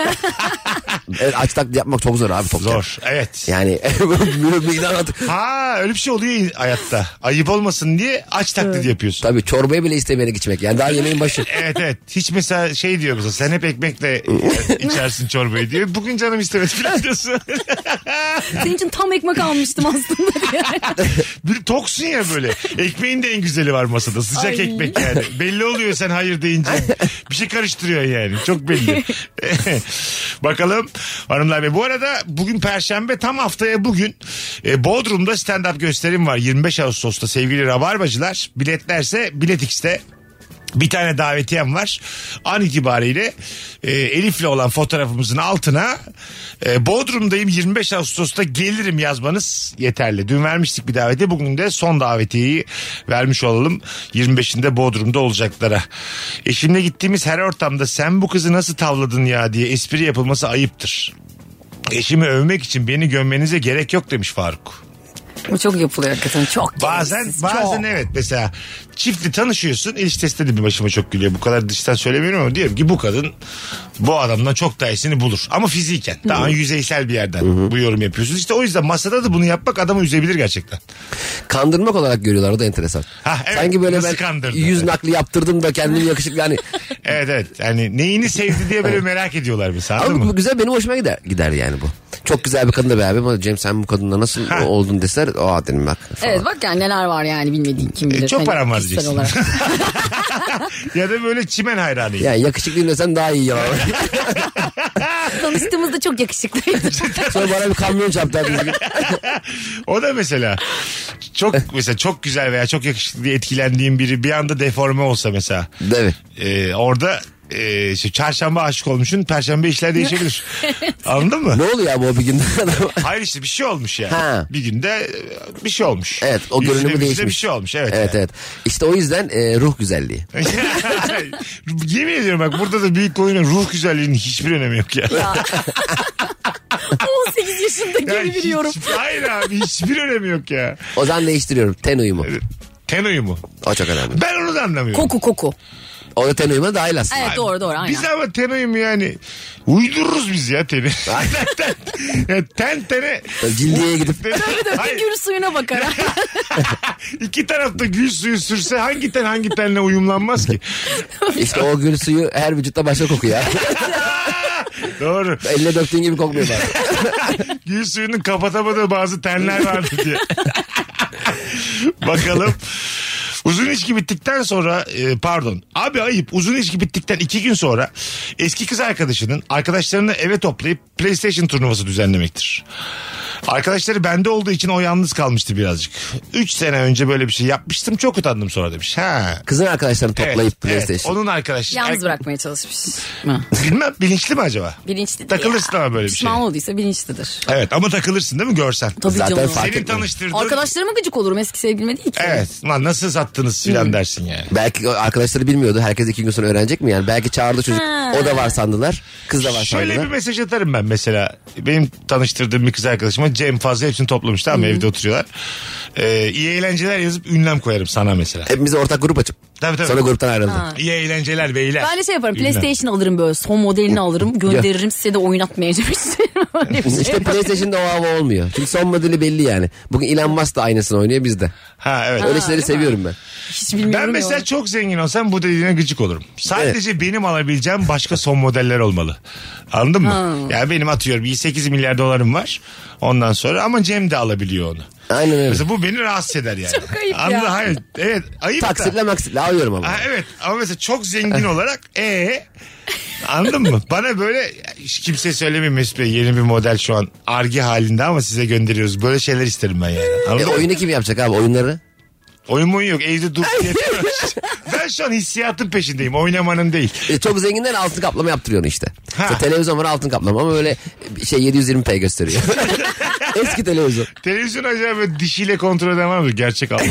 I: Evet, aç tak yapmak çok zor abi. Çok
C: Zor evet.
I: Yani bir miktar artık.
C: Ha öyle bir şey oluyor hayatta. Ayıp olmasın diye aç taklidi yapıyorsun.
I: Tabii çorbaya bile istemeyerek içmek. Yani daha yemeğin başı.
C: Evet evet. Hiç mesela şey diyor mesela sen hep ekmekle içersin çorbayı diyor. Bugün canım istemedi falan diyorsun.
D: Senin için tam ekmek almıştım aslında diye.
C: bir toksun ya böyle. Ekmeğin de en güzeli var masada. Sıcak
D: Ay.
C: ekmek yani. Belli oluyor sen hayır deyince. Bir şey karıştırıyor yani. Çok belli. Bakalım hanımlar bey. Bu arada bugün perşembe tam haftaya bugün e, Bodrum'da stand-up gösterim var. 25 Ağustos'ta sevgili Rabarbacılar. Biletlerse Bilet X'te. Bir tane davetiyem var. An itibariyle e, Elif'le olan fotoğrafımızın altına e, Bodrum'dayım 25 Ağustos'ta gelirim yazmanız yeterli. Dün vermiştik bir daveti. Bugün de son davetiyeyi vermiş olalım. 25'inde Bodrum'da olacaklara. Eşimle gittiğimiz her ortamda sen bu kızı nasıl tavladın ya diye espri yapılması ayıptır. Eşimi övmek için beni gömmenize gerek yok demiş Faruk.
D: Bu çok yapılıyor hakikaten çok.
C: Bazen
D: gereksiz,
C: bazen
D: çok.
C: evet mesela çiftli tanışıyorsun ilişkisi de bir başıma çok gülüyor. Bu kadar dıştan söylemiyorum ama diyorum ki bu kadın bu adamdan çok daha iyisini bulur. Ama fiziken daha yüzeysel bir yerden bu yorum yapıyorsun. İşte o yüzden masada da bunu yapmak adamı üzebilir gerçekten.
I: Kandırmak olarak görüyorlar. O da enteresan.
C: Ha, evet.
I: Sanki böyle
C: Nasıl
I: ben
C: kandırdı?
I: yüz nakli yaptırdım da kendimi yakışıklı. Yani
C: Evet evet yani neyini sevdi diye böyle merak ediyorlar mesela anladın
I: Ama bu
C: mı?
I: güzel benim hoşuma gider, gider yani bu. Çok güzel bir kadınla beraber ama Cem sen bu kadınla nasıl
C: Ha.
I: oldun deseler aa dedim bak. falan.
D: Evet bak yani neler var yani bilmediğin kim bilir.
C: E, çok
D: Hani
C: param var
D: kişisel
C: diyeceksin.
D: olarak.
C: ya da böyle çimen hayranıyım.
I: Yani yakışıklıyım desen daha iyi ya.
D: Tanıştığımızda çok yakışıklıydı.
I: Sonra bana bir kamyon çarptı. abi.
C: O da mesela çok mesela çok güzel veya çok yakışıklı diye etkilendiğim biri bir anda deforme olsa mesela.
I: Evet.
C: Ee, orada e, işte çarşamba aşık olmuşsun perşembe işler değişebilir. Anladın mı?
I: Ne oluyor abi o bir günde?
C: Hayır işte bir şey olmuş yani.
I: Ha.
C: Bir günde e, bir şey olmuş.
I: evet o
C: Yüzüne
I: görünümü
C: yüzüne
I: değişmiş.
C: bir şey olmuş evet.
I: Evet evet. İşte o yüzden e, ruh güzelliği.
C: Yani. Yemin ediyorum bak burada da büyük koyunun ruh güzelliğinin hiçbir önemi yok ya.
D: 18 yaşında
C: Yani
D: geri biliyorum.
C: hiç- hayır abi hiçbir önemi yok ya.
I: O zaman değiştiriyorum. Ten uyumu.
C: Ten uyumu.
I: O çok önemli.
C: Ben onu da anlamıyorum.
D: Koku koku.
I: O da ten uyumuna dahil aslında.
D: Evet doğru doğru aynen.
C: Biz ama ten uyumu yani uydururuz biz ya teni. ten, yani ten tene.
I: Tabii Cildiye gidip
D: Tabii de
C: Hayır.
D: figür suyuna bakar.
C: İki tarafta gül suyu sürse hangi ten hangi tenle uyumlanmaz ki?
I: işte o gül suyu her vücutta başka kokuyor.
C: Doğru.
I: Elle döktüğün gibi kokmuyor bari.
C: Gül suyunun kapatamadığı bazı tenler vardı diye. Bakalım. Uzun ilişki bittikten sonra e, pardon abi ayıp uzun ilişki bittikten iki gün sonra eski kız arkadaşının arkadaşlarını eve toplayıp PlayStation turnuvası düzenlemektir. Arkadaşları bende olduğu için o yalnız kalmıştı birazcık. Üç sene önce böyle bir şey yapmıştım çok utandım sonra demiş. Ha.
I: Kızın arkadaşlarını
C: Evet,
I: toplayıp
C: evet.
I: PlayStation.
C: onun arkadaşı.
D: Yalnız
C: Er-
D: bırakmaya çalışmış.
C: Bilmem bilinçli mi acaba?
D: Bilinçlidir
C: Takılırsın
D: ya.
C: ama böyle bir
D: Pişman
C: şey.
D: olduysa bilinçlidir.
C: Evet ama takılırsın değil mi görsen?
D: Tabii
I: Zaten
D: canım.
I: fark-
C: Senin
I: etmiyor.
C: tanıştırdığın.
D: Arkadaşlarıma gıcık olurum eski sevgilime değil ki.
C: Evet. Lan nasıl sattınız filan dersin yani.
I: Belki o arkadaşları bilmiyordu. Herkes iki gün sonra öğrenecek mi yani? Belki çağırdı çocuk.
D: Ha.
I: O da var sandılar. Kız da var
C: Şöyle bir
I: sandılar.
C: mesaj atarım ben mesela. Benim tanıştırdığım bir kız arkadaşıma Cem fazla hepsini toplamış tamam mı? evde oturuyorlar. Ee, iyi eğlenceler yazıp ünlem koyarım sana mesela.
I: Hepimize ortak grup açıp.
C: Tabii tabii.
I: Sonra gruptan ayrıldı.
C: İyi eğlenceler beyler.
D: Ben de şey yaparım
C: Ünlem.
D: PlayStation alırım böyle son
C: Oh.
D: modelini alırım gönderirim size de oynatmayacağım hiç. Öyle bir şey.
I: İşte PlayStation'da o hava olmuyor. Çünkü son modeli belli yani. Bugün Elon Musk da aynısını oynuyor biz de.
C: Ha evet.
I: Öyle şeyleri seviyorum ben.
D: Hiç bilmiyorum.
C: Ben
D: ya.
C: mesela çok zengin olsam bu dediğine gıcık olurum. Sadece benim alabileceğim başka son modeller olmalı. Anladın mı? Yani benim atıyorum 8 milyar dolarım var. Ondan sonra ama Cem de alabiliyor onu.
I: Aynen öyle.
C: Mesela bu beni rahatsız eder yani.
D: Çok ayıp ya.
C: Anladın? Hayır. Evet ayıp da.
I: Taksitle maksitle alıyorum ama.
C: Ha, evet ama mesela çok zengin olarak e anladın mı? Bana böyle hiç kimse söylemeyin Mesut Bey yeni bir model şu an argi halinde ama size gönderiyoruz. Böyle şeyler isterim ben yani.
I: E,
C: Anladın mı?
I: oyunu kim yapacak abi oyunları?
C: Oyun oyun yok evde dur diye. ben şu an hissiyatın peşindeyim oynamanın değil.
I: E, çok zenginler altın kaplama yaptırıyorsun işte.
C: Ha.
I: İşte televizyon var altın kaplama ama böyle şey 720p gösteriyor. Eski televizyon.
C: Televizyon acaba böyle dişiyle kontrol edemem mi? Gerçek anlamı.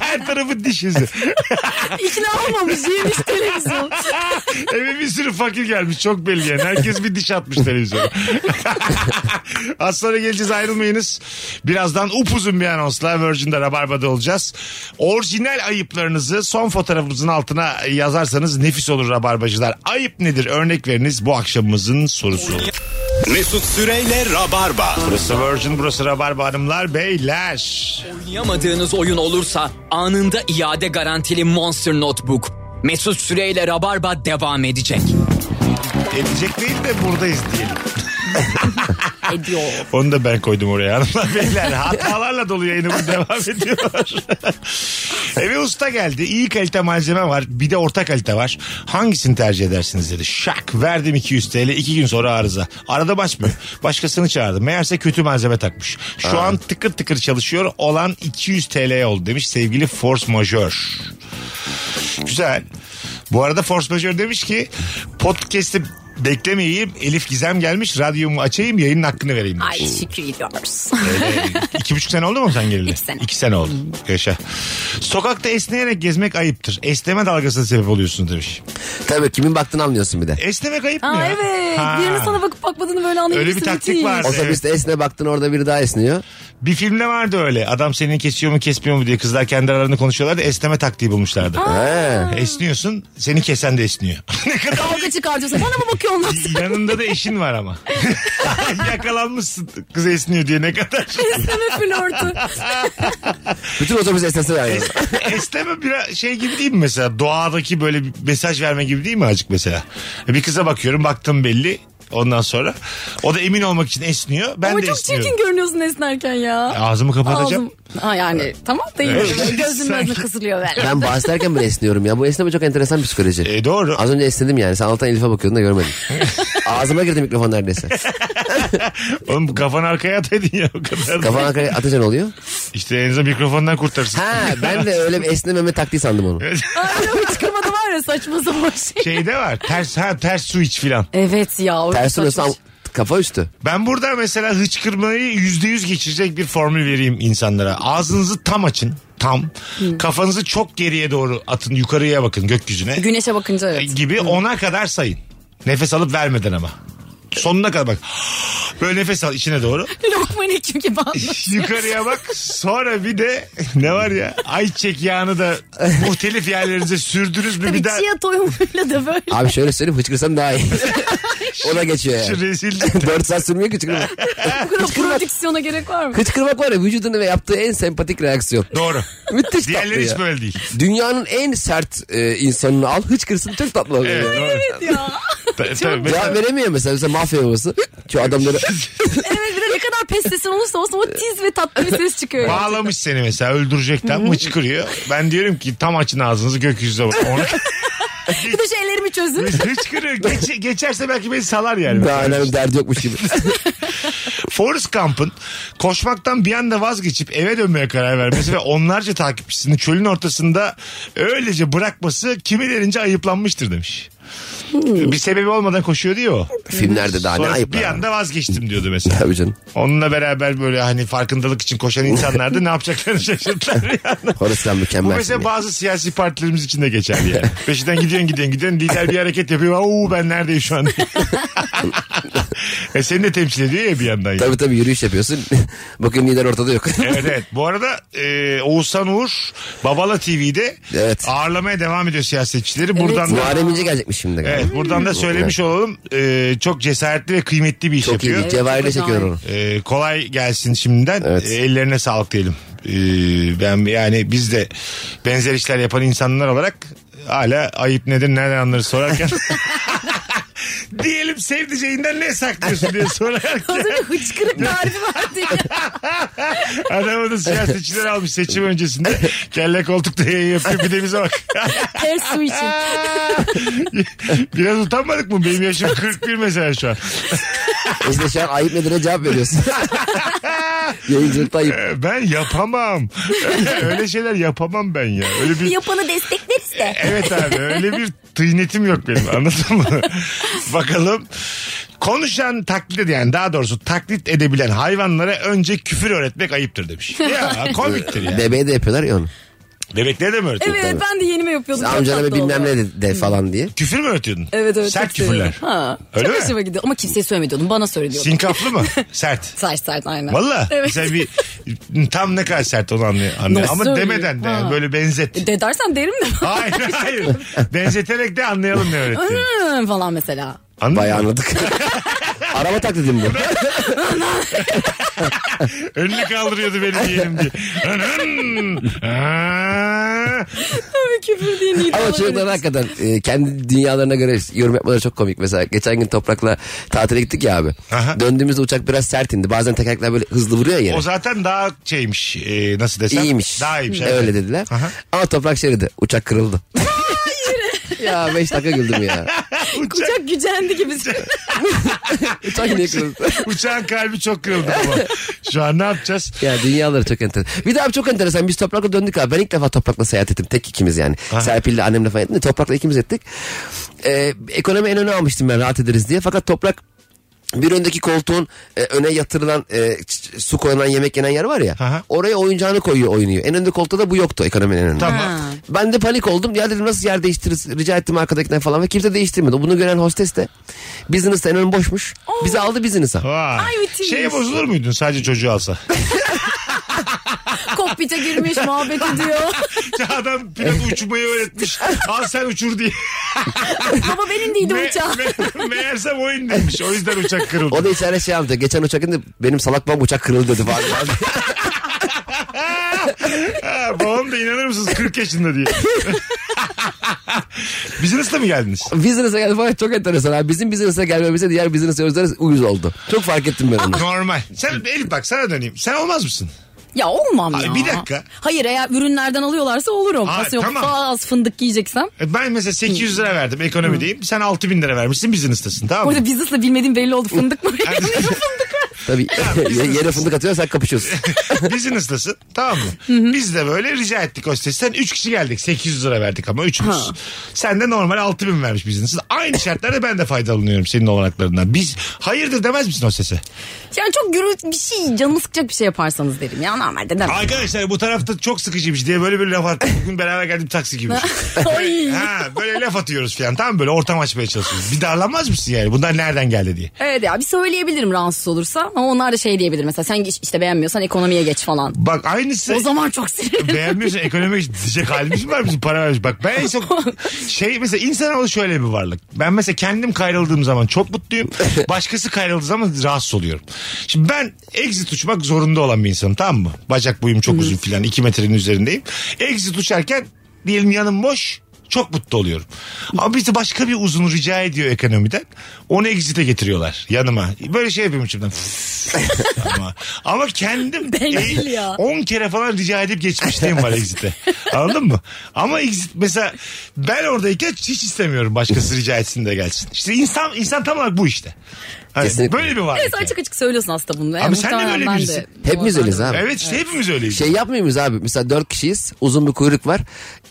C: Her tarafı diş izi.
D: İkna olmamış yemiş televizyon.
C: Eve bir sürü fakir gelmiş çok belli yani. Herkes bir diş atmış televizyona. Az sonra geleceğiz ayrılmayınız. Birazdan upuzun bir anonsla Virgin'de Rabarba'da olacağız. Orijinal ayıplarınızı son fotoğrafımızın altına yazarsanız nefis olur Rabarbacılar. Ayıp nedir? Örnek veriniz bu akşamımızın sorusu.
B: Mesut Süreyle Rabarba.
C: Burası Virgin, burası Rabarba hanımlar, beyler.
J: Oynayamadığınız oyun olursa anında iade garantili Monster Notebook. Mesut Süreyle Rabarba devam edecek.
C: Edecek değil de buradayız diyelim.
D: Ediyor.
C: Onu da ben koydum oraya hanımlar beyler. Hatalarla dolu yayınımız devam ediyor. Eve usta geldi. İyi kalite malzeme var. Bir de orta kalite var. Hangisini tercih edersiniz dedi. Şak verdim 200 TL. iki gün sonra arıza. Arada basmıyor. Başkasını çağırdı. Meğerse kötü malzeme takmış. Şu an tıkır tıkır çalışıyor. Olan 200 TL oldu demiş sevgili Force Majör. Güzel. Bu arada Force Major demiş ki podcast'i beklemeyeyim. Elif Gizem gelmiş. Radyomu açayım yayının hakkını vereyim
D: Ay
C: demiş.
D: şükür ediyoruz.
C: Öyle. İki buçuk sene oldu mu sen geleli?
D: İki sene. Hmm.
C: İki sene oldu. Yaşa. Sokakta esneyerek gezmek ayıptır. Esneme dalgasına sebep oluyorsun demiş.
I: Tabii kimin baktığını anlıyorsun bir de.
C: Esnemek ayıp mı
D: Aa
C: ya?
D: evet.
C: Ha.
D: Birinin sana bakıp bakmadığını böyle anlayabilirsin.
C: Öyle bir taktik
D: müthiş.
C: var.
I: Otobüste esne baktın orada biri daha esniyor.
C: Bir filmde vardı öyle. Adam seni kesiyor mu kesmiyor mu diye kızlar kendi aralarında konuşuyorlardı. Esneme taktiği bulmuşlardı.
I: He.
C: Esniyorsun seni kesen de esniyor. ne kadar
D: Kavga çıkartıyorsun. Bana mı bakıyorsun lan? sen?
C: Yanında da eşin var ama. Yakalanmışsın kız esniyor diye ne kadar.
D: Esneme flörtü.
I: Bütün otobüs esnesi var yani.
C: Esneme biraz şey gibi değil mi mesela? Doğadaki böyle bir mesaj verme gibi değil mi acık mesela? Bir kıza bakıyorum baktım belli ondan sonra. O da emin olmak için esniyor. Ben
D: Ama
C: de
D: çok
C: esniyorum.
D: çirkin görünüyorsun esnerken ya.
C: Ağzımı kapatacağım.
D: Ağzım- Ha yani tamam değil.
C: Evet.
D: Böyle Gözüm
C: Sanki-
D: gözüm kısılıyor böyle.
I: Ben bahsederken bile esniyorum ya. Bu esneme çok enteresan psikoloji.
C: E, doğru.
I: Az önce esnedim yani. Sen alttan Elif'e bakıyordun da görmedim. Ağzıma girdi mikrofon neredeyse.
C: Oğlum kafanı arkaya ataydın ya o kadar.
I: Kafan arkaya atınca ne oluyor?
C: İşte elinize mikrofondan kurtarsın.
I: Ha ben de öyle bir esnememe taktiği sandım onu.
D: Öyle bir çıkamadı var ya saçma sapan şey.
C: Şeyde var. Ters ha ters su iç filan.
D: Evet ya. o
I: Ters
D: saçma
I: oluyorsa
D: şey.
I: kafa üstü.
C: Ben burada mesela hıçkırmayı yüzde yüz geçirecek bir formül vereyim insanlara. Ağzınızı tam açın. Tam. Kafanızı çok geriye doğru atın. Yukarıya bakın gökyüzüne. E,
D: Güneşe bakınca evet.
C: gibi ona kadar sayın. Nefes alıp vermeden ama. Sonuna kadar bak. Böyle nefes al içine doğru.
D: Lokman hekim gibi anlatıyor.
C: Yukarıya bak. Sonra bir de ne var ya? Ayçiçek yağını da muhtelif yerlerinize sürdünüz mü
D: Tabii
C: bir daha?
D: chia tohumuyla da böyle.
I: Abi şöyle söyleyeyim hıçkırsan daha iyi. o da geçiyor
C: Şu
I: yani.
C: rezil.
I: 4 saat sürmüyor ki hıçkırmak.
D: Bu kadar prodüksiyona gerek var mı?
I: Hıçkırmak var ya vücudunu ve yaptığı en sempatik reaksiyon.
C: Doğru.
I: Müthiş tatlı
C: Diğerleri
I: ya.
C: hiç böyle değil.
I: Dünyanın en sert e, insanını al hıçkırsın çok tatlı oluyor.
C: Evet, doğru.
D: ya.
C: Ta- tabii mesela-
I: Cevap veremiyor mesela. Mesela mafya babası. Şu adamları
D: Evet bir de ne kadar pes sesin olursa olsun o tiz ve tatlı bir ses çıkıyor.
C: Bağlamış seni mesela öldürecekten mıçkırıyor. Ben diyorum ki tam açın ağzınızı gökyüzüne bakın. Onu...
D: Bir de şu ellerimi çözün.
C: Hıçkırıyor. Geç, geçerse belki beni salar yani.
I: daha önemli derdi yokmuş gibi.
C: Forrest Gump'ın koşmaktan bir anda vazgeçip eve dönmeye karar vermesi ve onlarca takipçisini çölün ortasında öylece bırakması kimilerince ayıplanmıştır demiş. Bir sebebi olmadan koşuyor diyor o.
I: Filmlerde daha Hmm. ne
C: Sonra
I: ayıp.
C: bir
I: lan.
C: anda vazgeçtim diyordu mesela.
I: Tabii canım.
C: Onunla beraber böyle hani farkındalık için koşan insanlar da ne yapacaklarını şaşırdılar bir anda.
I: Orası
C: Bu
I: mükemmel.
C: mesela bazı siyasi partilerimiz için de geçerli yani. Peşinden gidiyorsun gidiyorsun gidiyorsun lider bir hareket yapıyor. Oo ben neredeyim şu an? e seni de temsil ediyor ya bir yandan. yani.
I: Tabii tabii yürüyüş yapıyorsun. Bakın lider ortada yok.
C: Evet evet. Bu arada e, Oğuzhan Uğur Babala TV'de
I: Evet.
C: ağırlamaya devam ediyor siyasetçileri. Buradan da
I: Muharrem İnce gelecekmiş şimdi galiba.
C: Evet, buradan da söylemiş olalım. E, çok cesaretli ve kıymetli bir iş
I: Çok
C: yapıyor.
I: ilginç. Cevahir'le
D: Evet,
I: çekiyor onu.
C: E, kolay gelsin şimdiden.
I: Evet.
C: E, ellerine sağlık diyelim. E, ben yani biz de benzer işler yapan insanlar olarak hala ayıp nedir nereden anlarız sorarken diyelim sevdiceğinden ne saklıyorsun diye sorarken
D: Az önce hıçkırık tarifi verdi. ya.
C: Adamı da siyasetçiler almış seçim öncesinde. Kelle koltukta yayın yapıyor bir de bize bak.
D: Ters su için.
C: Biraz utanmadık mı? Benim yaşım 41 mesela şu an.
I: İşte şu an ayıp nedir'e cevap veriyorsun. Yayıncılıkta ayıp.
C: Ee, Ben yapamam. öyle şeyler yapamam ben ya. Öyle bir...
D: Yapanı destekleriz de.
C: Evet abi öyle bir tıynetim yok benim anladın mı? Bakalım. Konuşan taklit eden yani daha doğrusu taklit edebilen hayvanlara önce küfür öğretmek ayıptır demiş. Ya komiktir ya.
I: Bebeğe de yapıyorlar ya onu.
C: Bebeklere de mi öğretiyorsun?
D: Evet ben de yenime yapıyordum. çok
I: Amcana bir
D: tatlı
I: bilmem
D: oldu.
I: ne de, de falan diye.
C: Küfür mü öğretiyordun?
D: Evet evet.
C: Sert
D: çok seviyordum.
C: küfürler.
D: Ha.
C: Öyle
D: çok
C: mi?
D: hoşuma gidiyor ama kimseye söylemiyordum bana söylemiyordum.
C: Sinkaflı mı? Sert.
D: Sert sert aynen.
C: Valla.
D: Evet.
C: Mesela bir şey- tam ne kadar sert onu anlıyor. anlıyor.
D: Nasıl
C: Ama
D: öyle?
C: demeden de
D: Ha.
C: yani böyle benzet.
D: E, De dersen derim de.
C: Hayır hayır. Benzeterek de anlayalım ne öğrettiğini.
D: Hmm, falan mesela.
C: Anladın
I: Bayağı
C: mı?
I: anladık. Araba taklidim bu.
C: Önünü kaldırıyordu benim yeğenim diye. Anam! Aa!
D: Tabii küfür diye niyet
C: şey
I: Ama çocuklar hakikaten e, kendi dünyalarına göre yorum yapmaları çok komik. Mesela geçen gün Toprak'la tatile gittik ya abi.
C: Aha.
I: Döndüğümüzde uçak biraz sert indi. Bazen tekerlekler böyle hızlı vuruyor ya.
C: o zaten daha şeymiş. e, nasıl desem?
I: İyiymiş.
C: Daha iyiymiş. evet.
I: Öyle dediler.
C: Aha.
I: Ama Toprak şey dedi. Uçak kırıldı. ya 5 dakika güldüm ya.
C: Uçak,
D: Uçak gücendi gibi.
C: Şey
I: Uçak niye kırıldı?
C: uçağın kalbi çok kırıldı baba. Şu an ne yapacağız?
I: Ya dünyaları çok enteresan. Bir de abi çok enteresan. Biz toprakla döndük abi. Ben ilk defa toprakla seyahat ettim. Tek ikimiz yani. Serpil'le annemle falan ettim. de Toprakla ikimiz ettik. Ee, ekonomi en öne almıştım ben rahat ederiz diye. Fakat toprak bir öndeki koltuğun e, öne yatırılan e, ç- ç- su koyulan yemek yenen yer var ya.
C: Aha.
I: Oraya oyuncağını koyuyor oynuyor. En önde koltukta da bu yoktu ekonominin en önünde.
C: Tamam.
I: Ben de panik oldum. Ya dedim nasıl yer değiştiririz? Rica ettim arkadakinden falan ve kimse değiştirmedi. Bunu gören hostes de business en ön boşmuş.
C: Oh.
I: Bizi aldı business'a.
C: Vay.
D: Ay, bitirmiş.
C: Şeye bozulur muydun sadece çocuğu alsa?
D: Kokpite girmiş muhabbet ediyor.
C: Adam pilot uçmayı öğretmiş. Al sen uçur diye.
D: Baba benim değildi
C: Me-
D: uçağı.
C: me- meğerse o indirmiş. O yüzden uçak kırıldı.
I: O da içeride şey anlatıyor. Geçen uçak indi benim salak babam uçak kırıldı dedi falan.
C: Ha, babam da inanır mısınız 40 yaşında diye. Business'la mı geldiniz?
I: business'a geldi falan çok enteresan abi. Bizim business'a gelmemize diğer business özler uyuz oldu. Çok fark ettim ben onu.
C: Normal. Sen Elif bak sana döneyim. Sen olmaz mısın?
D: Ya olmam
C: Ay,
D: ya.
C: bir dakika.
D: Hayır eğer ürünlerden alıyorlarsa olurum.
C: Ha,
D: Nasıl yok
C: tamam.
D: daha az fındık yiyeceksem.
C: E, Ben mesela 800 lira verdim ekonomideyim. Sen 6000 lira vermişsin business'tasın tamam mı?
D: Orada business'la bilmediğim belli oldu fındık mı?
I: Tabii ye- yere fındık atıyor sen kapışıyorsun.
C: business'tasın tamam mı? Biz de böyle rica ettik hostesten. 3 kişi geldik 800 lira verdik ama üçümüz. Sen de normal 6000 vermiş business'ın. Aynı şartlarda ben de faydalanıyorum senin olanaklarından. Biz hayırdır demez misin hostese?
D: yani çok gürültü bir şey canımı sıkacak bir şey yaparsanız derim ya normalde demem.
C: Arkadaşlar bu tarafta çok sıkıcıymış diye böyle bir laf attık. Bugün beraber geldim taksi gibi.
D: Ay.
C: ha, böyle laf atıyoruz falan. Tamam böyle ortam açmaya çalışıyoruz. Bir darlanmaz mısın yani? Bunlar nereden geldi diye.
D: Evet ya bir söyleyebilirim rahatsız olursa ama onlar da şey diyebilir mesela sen geç- işte beğenmiyorsan ekonomiye geç falan.
C: Bak aynısı.
D: O zaman çok sinirlendim.
C: Beğenmiyorsan ekonomik diyecek halimiz mi var bizim para vermiş. Bak ben en çok şey mesela insanoğlu şöyle bir varlık. Ben mesela kendim kayrıldığım zaman çok mutluyum. Başkası kayrıldığı zaman rahatsız oluyorum. Şimdi ben exit uçmak zorunda olan bir insanım tamam mı? Bacak boyum çok uzun filan 2 metrenin üzerindeyim. Exit uçarken diyelim yanım boş. Çok mutlu oluyorum. Ama bir de başka bir uzun rica ediyor ekonomiden. Onu exit'e getiriyorlar yanıma. Böyle şey yapıyorum içimden. ama, ama kendim
D: Bencil ya.
C: 10 kere falan rica edip geçmişliğim var exit'e. Anladın mı? Ama exit mesela ben oradayken hiç istemiyorum başkası rica etsin de gelsin. İşte insan insan tam olarak bu işte. Hani
I: Kesinlikle.
C: böyle bir var.
D: Evet açık açık söylüyorsun aslında bunu.
C: Abi sen de
D: muhtemelen
C: böyle
D: ben
C: birisin.
I: Hepimiz
D: Ben de-
I: öyleyiz abi.
C: Evet işte hepimiz öyleyiz.
I: Şey yapmıyor muyuz abi? Mesela dört kişiyiz. Uzun bir kuyruk var.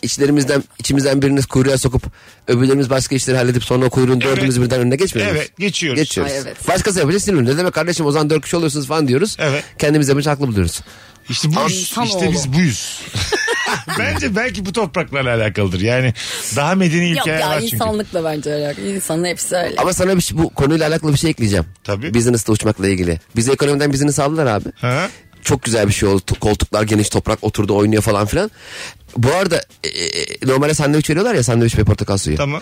I: İçlerimizden, içimizden biriniz kuyruğa sokup öbürlerimiz başka işleri halledip sonra o kuyruğun dördümüz birden önüne geçmiyor muyuz?
C: Evet geçiyoruz.
I: Geçiyoruz.
D: Ay, evet.
I: Başkası yapınca sinirleniyor. Ne demek kardeşim o zaman dört kişi oluyorsunuz falan diyoruz.
C: Evet.
I: Kendimiz yapınca haklı buluyoruz.
C: İşte bu
D: tam
C: işte biz buyuz. Bence belki bu topraklarla alakalıdır. Yani daha medeni
D: Yok
C: ülkeler
D: ya
C: var çünkü.
D: insanlıkla bence alakalı. İnsanın hepsi öyle.
I: Ama sana bir, şey- bu konuyla alakalı bir şey ekleyeceğim.
C: Tabii.
I: Business'ta uçmakla ilgili. Bizi ekonomiden business aldılar abi.
C: Ha?
I: Çok güzel bir şey oldu. Tu- Koltuklar geniş toprak oturdu oynuyor falan filan. Bu arada e, e, normalde sandviç veriyorlar ya sandviç ve portakal suyu.
C: Tamam.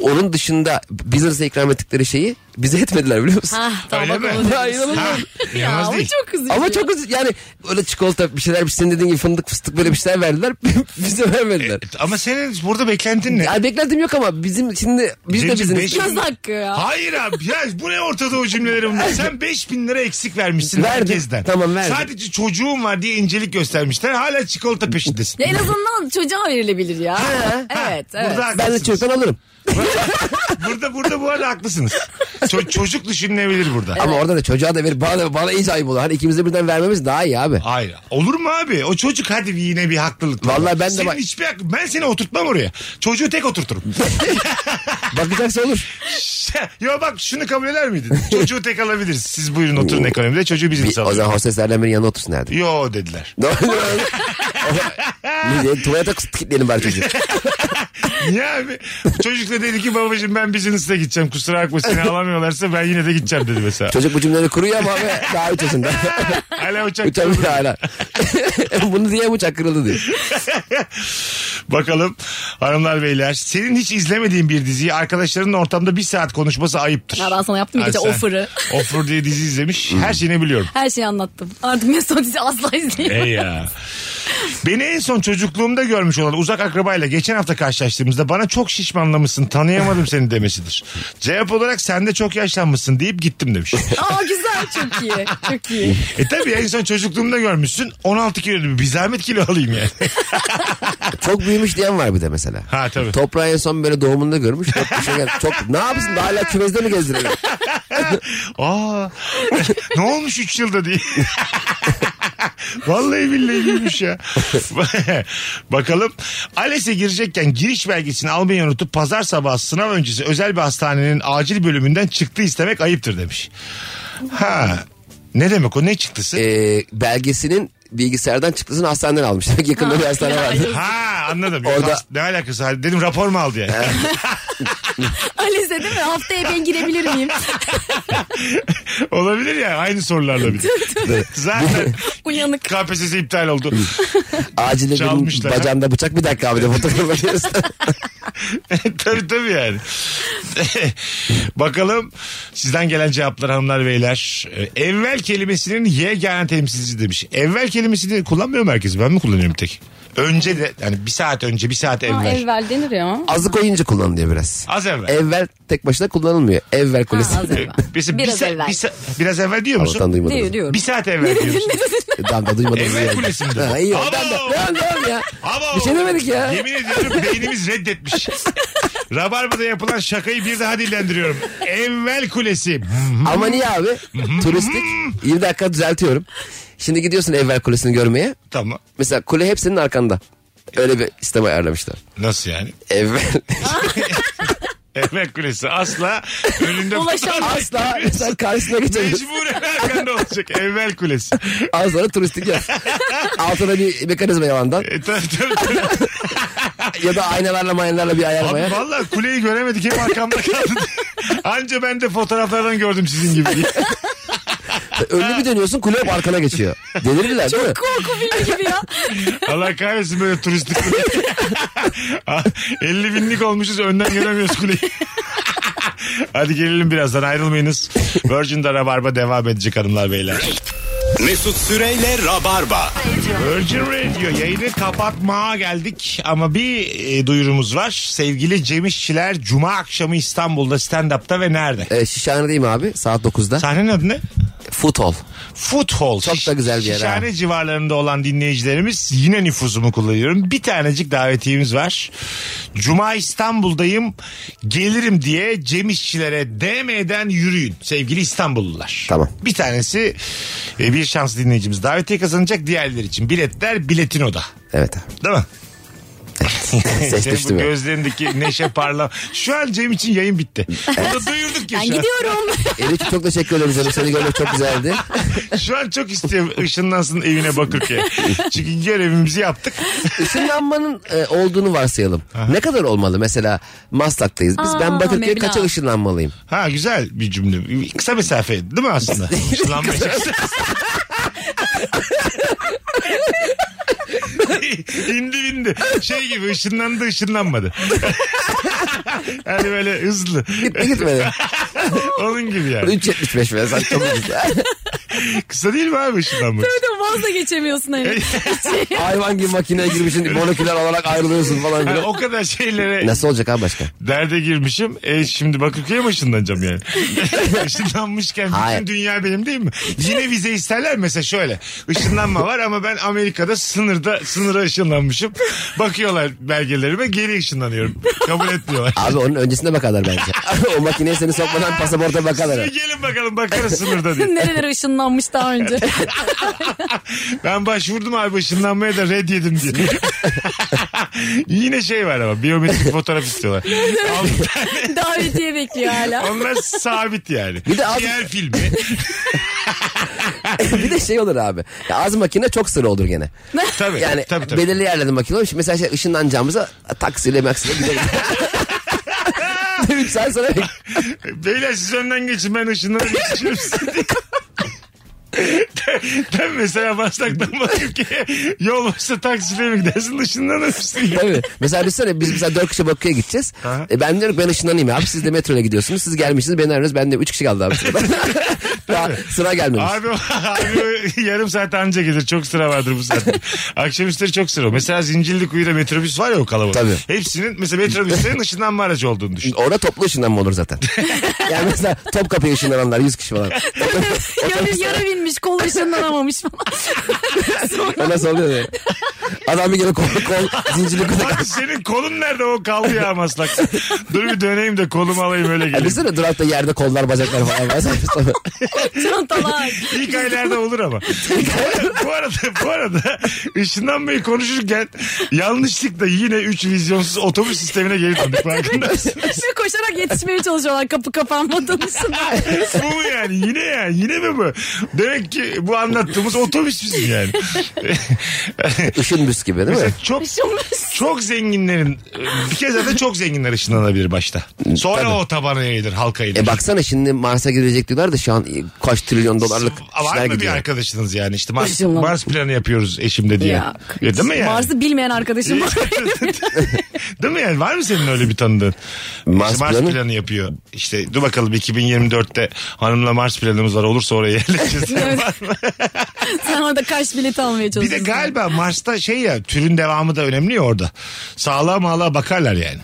I: Onun dışında business'a ikram ettikleri şeyi bize etmediler biliyor musun?
D: Ah tamam
C: Öyle
D: bak
C: mi?
D: onu
I: Ya
D: demiştim.
I: inanılmaz.
C: Ha,
D: Ya
C: inanılmaz
D: bu
C: değil.
D: çok üzücü.
I: Ama çok üzü- yani öyle çikolata bir şeyler bir senin dediğin gibi fındık fıstık böyle bir şeyler verdiler bize vermediler.
C: Ama senin burada beklentin ne?
I: Ay beklerdim yok ama bizim şimdi biz de
C: Cemciğim,
I: bizim
C: e, beş-
D: Söz hakkı ya.
C: Hayır abi ya bu ne Ortadoğu o cümleleri bunlar. Sen 5000 lira eksik vermişsin
I: Verdim.
C: herkesten.
I: Tamam, verdim.
C: Sadece çocuğum var diye incelik göstermişler. Hala çikolata peşindesin.
D: Ya en azından çocuğa verilebilir ya. evet
C: Ha,
D: evet.
C: Burada
I: ben de
C: haklısınız.
I: çoktan alırım.
C: Burada burada bu arada haklısınız. Ço- çocuk düşünülebilir burada.
I: Ama orada da çocuğa da verip bana da bana iyice ayıp olur. Hani ikimiz de birden vermemiz daha iyi abi.
C: Hayır. Olur mu abi? O çocuk hadi bir yine bir haklılık. var.
I: Vallahi ben de
C: Senin
I: bak-
C: hiçbir hak- Ben seni oturtmam oraya. Çocuğu tek oturturum.
I: Bakacaksa olur.
C: ya bak şunu kabul eder miydin? Çocuğu tek alabiliriz. Siz buyurun oturun ekonomide. Çocuğu bizim
I: Bir, o
C: sağlıyoruz.
I: zaman hosteslerden birinin yanına otursun herhalde.
C: Yo dediler.
I: Doğru. Niye? Tuvalete kilitleyelim bari çocuğu.
C: Niye abi? Çocuk da dedi ki babacığım ben business'e gideceğim. Kusura bakma seni alamıyorlarsa ben yine de gideceğim dedi mesela.
I: Çocuk bu cümleleri kuruyor ama abi daha üç yaşında.
C: Hala uçak.
I: Üç yaşında hala. Bunu diye bıçak kırıldı diyor.
C: Bakalım hanımlar beyler. Senin hiç izlemediğin bir diziyi arkadaşlarının ortamda bir saat konuşması ayıptır.
D: Ya ben sana yaptım bir
C: Ha,
D: gece
C: sen
D: offer'ı.
C: Offer diye dizi izlemiş. Her şeyini biliyorum.
D: Her şeyi anlattım. Artık Mesut dizi asla izleyemem.
C: Ey ya. Beni en son çocukluğumda görmüş olan uzak akrabayla geçen hafta karşılaştığımızda bana çok şişmanlamışsın tanıyamadım seni demesidir. Cevap olarak sen de çok yaşlanmışsın deyip gittim demiş.
D: Aa güzel çok iyi. Çok iyi.
C: e tabi en son çocukluğumda görmüşsün 16 kilo bir zahmet kilo alayım yani.
I: Çok büyümüş diyen var bir de mesela.
C: Ha, tabii.
I: Toprağı en son böyle doğumunda görmüş. Çok, bir şey gel- çok ne yapsın da hala küvezde mi gezdirelim?
C: Aa ne olmuş 3 yılda diye. Vallahi billahi bilmiş ya. Bakalım. ALES'e girecekken giriş belgesini almayı unutup pazar sabahı sınav öncesi özel bir hastanenin acil bölümünden çıktı istemek ayıptır demiş. Ha. Ne demek o ne çıktısı?
I: Ee, belgesinin bilgisayardan çıktısını hastaneden almış. Demek yakında bir hastane vardı.
C: ha anladım.
I: Orada-
C: Orada... Ne alakası var? Dedim rapor mu aldı yani?
D: Alize değil mi? Haftaya ben girebilir miyim?
C: Olabilir ya aynı sorularla bir de. Zaten
D: Uyanık.
C: KPSS iptal oldu.
I: Acilde benim
C: Çalmışlar ha.
I: bacağımda bıçak bir dakika abi de fotoğrafı diyorsun.
C: tabii tabii yani. Bakalım sizden gelen cevaplar hanımlar beyler. Ee, Evvel kelimesinin yegane temsilcisi demiş. Evvel kelimesini kullanmıyor mu herkes? Ben mi kullanıyorum bir tek? Önce de yani bir saat önce bir saat
D: Ha,
C: evvel.
D: evvel denir ya.
I: Azı koyunca kullanılıyor biraz.
C: Az evvel.
I: Evvel tek başına kullanılmıyor. Evvel kulesi.
D: Ha, az evvel.
C: Mesela Ee, bir
D: Biraz
C: sa-
D: evvel.
C: bir sa- biraz evvel diyor musun?
I: Allah'tan duymadınız.
D: Diyor diyor.
C: Bir saat evvel diyorsun.
I: Tamam da duymadınız.
C: Evvel
I: yani.
C: kulesinde.
I: Ha, iyi.
C: Abo!
I: Tamam da. Tamam, tamam ya.
C: Ama
I: Bir şey
C: o-
I: demedik ya.
C: Yemin ediyorum beynimiz reddetmiş. Rabarba'da yapılan şakayı bir daha dillendiriyorum. Evvel kulesi.
I: Ama niye abi?
C: Mhm.
I: Turistik. 20 dakika düzeltiyorum. Şimdi gidiyorsun evvel kulesini görmeye.
C: tamam.
I: Mesela kule hep senin arkanda. Öyle bir sistem ayarlamışlar.
C: Nasıl yani?
I: Evvel
C: Evvel kulesi asla önünde
D: Ulaşamaz.
I: asla sen karşısına geçemiyorsun.
C: Mecburen arkanda olacak. Evvel kulesi.
I: Az sonra turistik yer. Altına bir mekanizma yalandan.
C: E, tabii, tabii, tabii.
I: Ya da aynalarla mayalarla bir ayar
C: Abi
I: mayar.
C: valla kuleyi göremedik hep arkamda kaldı. Anca ben de fotoğraflardan gördüm sizin gibi. diye.
I: Önlü bir dönüyorsun kule hep arkana geçiyor. Delirirler değil mi?
D: Korku filmi gibi ya.
C: Allah kahretsin böyle turistik kule. 50 binlik olmuşuz önden göremiyoruz kuleyi. Hadi gelelim birazdan ayrılmayınız. Virgin'de Rabarba devam edecek hanımlar beyler.
B: Mesut Süreyle Rabarba.
C: Virgin Radio yayını kapatmaya geldik ama bir e, duyurumuz var. Sevgili Cem İşçiler Cuma akşamı İstanbul'da stand-up'ta ve nerede?
I: Ee, Şişhane'deyim abi saat 9'da.
C: Sahnenin adı ne?
I: Futol.
C: Foothold.
I: Çok da güzel bir yer
C: Şişhane civarlarında olan dinleyicilerimiz yine nüfuzumu kullanıyorum. Bir tanecik davetiyemiz var. Cuma İstanbul'dayım gelirim diye Cem İşçilere DM'den yürüyün sevgili İstanbullular.
I: Tamam.
C: Bir tanesi e, bir şanslı dinleyicimiz davetiye kazanacak diğerleri için. Biletler biletinoda.
I: Evet abi.
C: Değil mi? İşte bu
I: Seçtim ya.
C: gözlerindeki neşe parla. Şu an Cem için yayın bitti. Onu duyurduk ya
D: Ben
C: şu an.
D: gidiyorum.
I: Elif çok teşekkür ederiz canım. Seni görmek çok güzeldi.
C: Şu an çok istiyorum ışınlansın evine Bakırköy. Çünkü görevimizi yaptık.
I: Işınlanmanın e, olduğunu varsayalım. Ne kadar olmalı? Mesela Maslak'tayız. Biz ben
D: Aa,
I: Bakırköy'e
D: meblağ.
I: kaça ışınlanmalıyım?
C: Ha güzel bir cümle. Kısa mesafe değil mi aslında? Işınlanmayacak. indi bindi. Şey gibi ışınlandı ışınlanmadı. yani böyle hızlı.
I: Gitme gitme.
C: Onun gibi yani.
I: 3.75 mesela. Çok ucuz.
C: Kısa değil mi abi ışınlanmak?
D: Öyle vazgeçemiyorsun hani.
I: Hayvan gibi makineye girmişsin. Moleküler olarak ayrılıyorsun falan.
C: Yani
I: filan.
C: o kadar şeylere
I: Nasıl olacak abi başka?
C: derde girmişim. E şimdi Bakırköy'e mi ışınlanacağım yani? Işınlanmışken bütün
I: Hayır.
C: dünya benim değil mi? Yine vize isterler mesela şöyle. Işınlanma var ama ben Amerika'da sınırda sınıra ışınlanmışım. Bakıyorlar belgelerime geri ışınlanıyorum. Kabul etmiyorlar.
I: Abi onun öncesine bakarlar bence. o makineye seni sokmadan pasaporta bakarlar.
C: Siz gelin bakalım bakarız sınırda diye.
D: Nerelere ışınlanmış daha önce.
C: Ben başvurdum abi ışınlanmaya da red yedim diye. Yine şey var ama biyometrik fotoğraf istiyorlar. Altı tane
D: Davetiye bekliyor hala.
C: Onlar sabit yani.
I: Bir de az-
C: Diğer filmi.
I: bir de şey olur abi. Ya az makine çok sıra olur gene.
C: Tabii,
I: Yani
C: tabii, tabii.
I: belirli yerlerde makine olur. Şimdi Mesela şey, ışınlanacağımıza taksiyle maksiyle gidelim. 3 saat sonra
C: Beyler siz önden geçin ben ışınlara geçiyorum sizi. Ben mesela Maslak'tan Bakırköy'e yol varsa taksiyle mi gidersin ışınlanırsın.
I: Tabii. Mesela düşünsene biz mesela 4 kişi Bakü'ye gideceğiz.
C: Aha.
I: E ben diyorum ben ışınlanayım abi. Siz de metroyla gidiyorsunuz. Siz gelmişsiniz beni aradınız. Ben de 3 kişi kaldı abi. sırada. Daha sıra gelmemiş.
C: Abi, abi yarım saat anca gelir. Çok sıra vardır bu saatte. Akşamüstleri çok sıra. Mesela Zincirlikuyu'da metrobüs var ya o kalabalık.
I: Tabii.
C: Hepsinin mesela metrobüslerin ışınlanma aracı olduğunu düşün.
I: Orada toplu ışınlanma olur zaten. yani mesela Topkapı'ya ışınlananlar 100 kişi falan.
D: Yarı, yarı binmiş kol ışınlanamamış falan.
I: O nasıl oluyor ya? Adam bir kere kol, kol zincirli kutu.
C: Lan senin kolun nerede o kaldı ya Maslak. Dur bir döneyim de kolumu alayım öyle
I: Ya
C: geleyim.
I: düşünsene durakta yerde kollar bacaklar falan var. Sonra-
D: Çantalar.
C: İlk aylarda olur ama. bu arada bu arada ışınlanmayı konuşurken yanlışlıkla yine 3 vizyonsuz otobüs sistemine geri döndük farkında. mısın?
D: Ve koşarak yetişmeye çalışıyorlar kapı kapanmadan ışınlar.
C: bu mu yani? Yine ya. Yine mi bu? Demek ki bu anlattığımız otobüs bizim yani.
I: Işın büs gibi değil mi?
C: Mesela çok çok zenginlerin bir kez zaten çok zenginler ışınlanabilir başta. Sonra
I: Tabii.
C: o tabana yayılır, halka yayılır.
I: E baksana şimdi Mars'a gidecek diyorlar da şu an kaç trilyon dolarlık
C: Var
I: E, işler
C: mı bir
I: gidiyor.
C: arkadaşınız yani işte Mars,
D: Işınlan-
C: Mars planı yapıyoruz eşimde diye. Ya, değil mi yani?
D: Mars'ı bilmeyen arkadaşım var.
C: Değil mi yani? Var mı senin öyle bir tanıdığın?
I: Mars
C: İşte Mars
I: planı?
C: planı yapıyor. İşte dur bakalım 2024'te hanımla Mars planımız var olursa oraya yerleşeceğiz. Var mı?
D: Sen orada kaç bilet almaya
C: bir de
D: çalışıyorsun.
C: galiba Mars'ta şey ya türün devamı da önemli ya orada. Sağlığa mağlığa bakarlar yani.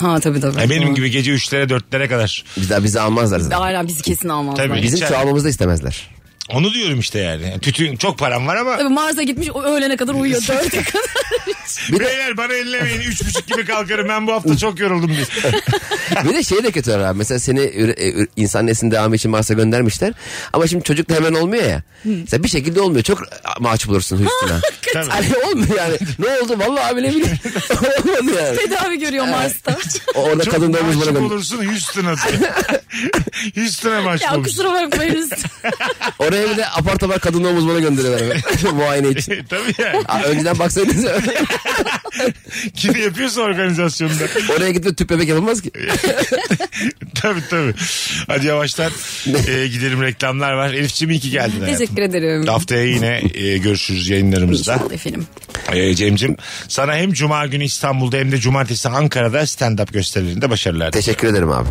D: Ha tabii tabii.
C: Ya benim gibi gece 3'lere 4'lere kadar.
I: Biz daha bizi almazlar zaten.
D: Aynen bizi kesin almazlar.
C: Tabii.
D: Tabii.
I: Bizim
C: Hiç-
I: çoğalmamızı da istemezler.
C: Onu diyorum işte yani. Tütün çok param var ama
D: Mars'a gitmiş o öğlene kadar uyuyor. Dörde kadar.
C: beyler bana ellemeyin 3.30 gibi kalkarım ben bu hafta çok yoruldum diye.
I: Bir de şey de kötü var abi. Mesela seni üre- e, üre- insan neslinin devamı için Mars'a göndermişler. Ama şimdi çocuk da hemen olmuyor ya. Mesela bir şekilde olmuyor. Çok mahcup olursun Hüsnü'ne.
C: Tabii.
I: Hani olmuyor yani. Ne oldu? Vallahi abi ne bileyim. Olmadı yani.
D: Tedavi görüyor Mars'ta.
I: O- Orada kadın doğmuş
C: mahcup
I: bana dön-
C: olursun Houston'a diye. Houston'a mahcup
D: ya
C: olursun.
D: kusura bakmayınız.
I: Oraya bir de apar topar kadın doğmuş bana gönderiyorlar. Muayene için.
C: Tabii yani.
I: Aa, önceden baksaydınız.
C: Kim yapıyorsa organizasyonda.
I: Oraya gidip tüp bebek yapılmaz ki.
C: tabii tabii. Hadi yavaştan e, gidelim reklamlar var. Elif'ciğim iyi ki geldin hayatım.
D: Teşekkür ederim.
C: Haftaya yine e, görüşürüz yayınlarımızda.
D: İnşallah efendim.
C: E, Cem'cim sana hem cuma günü İstanbul'da hem de cumartesi Ankara'da stand-up gösterilerinde başarılar.
I: Teşekkür ederim abi.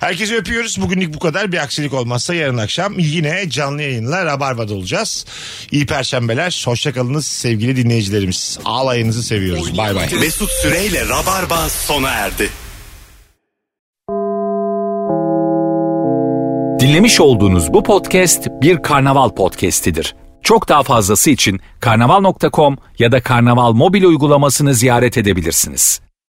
C: Herkesi öpüyoruz. Bugünlük bu kadar. Bir aksilik olmazsa yarın akşam yine canlı yayınla Rabarba'da olacağız. İyi perşembeler. Hoşçakalınız sevgili dinleyicilerimiz. Ağlayınızı seviyoruz. Bay bay.
B: Mesut Süreyle Rabarba sona erdi.
A: Dinlemiş olduğunuz bu podcast bir karnaval podcastidir. Çok daha fazlası için karnaval.com ya da karnaval mobil uygulamasını ziyaret edebilirsiniz.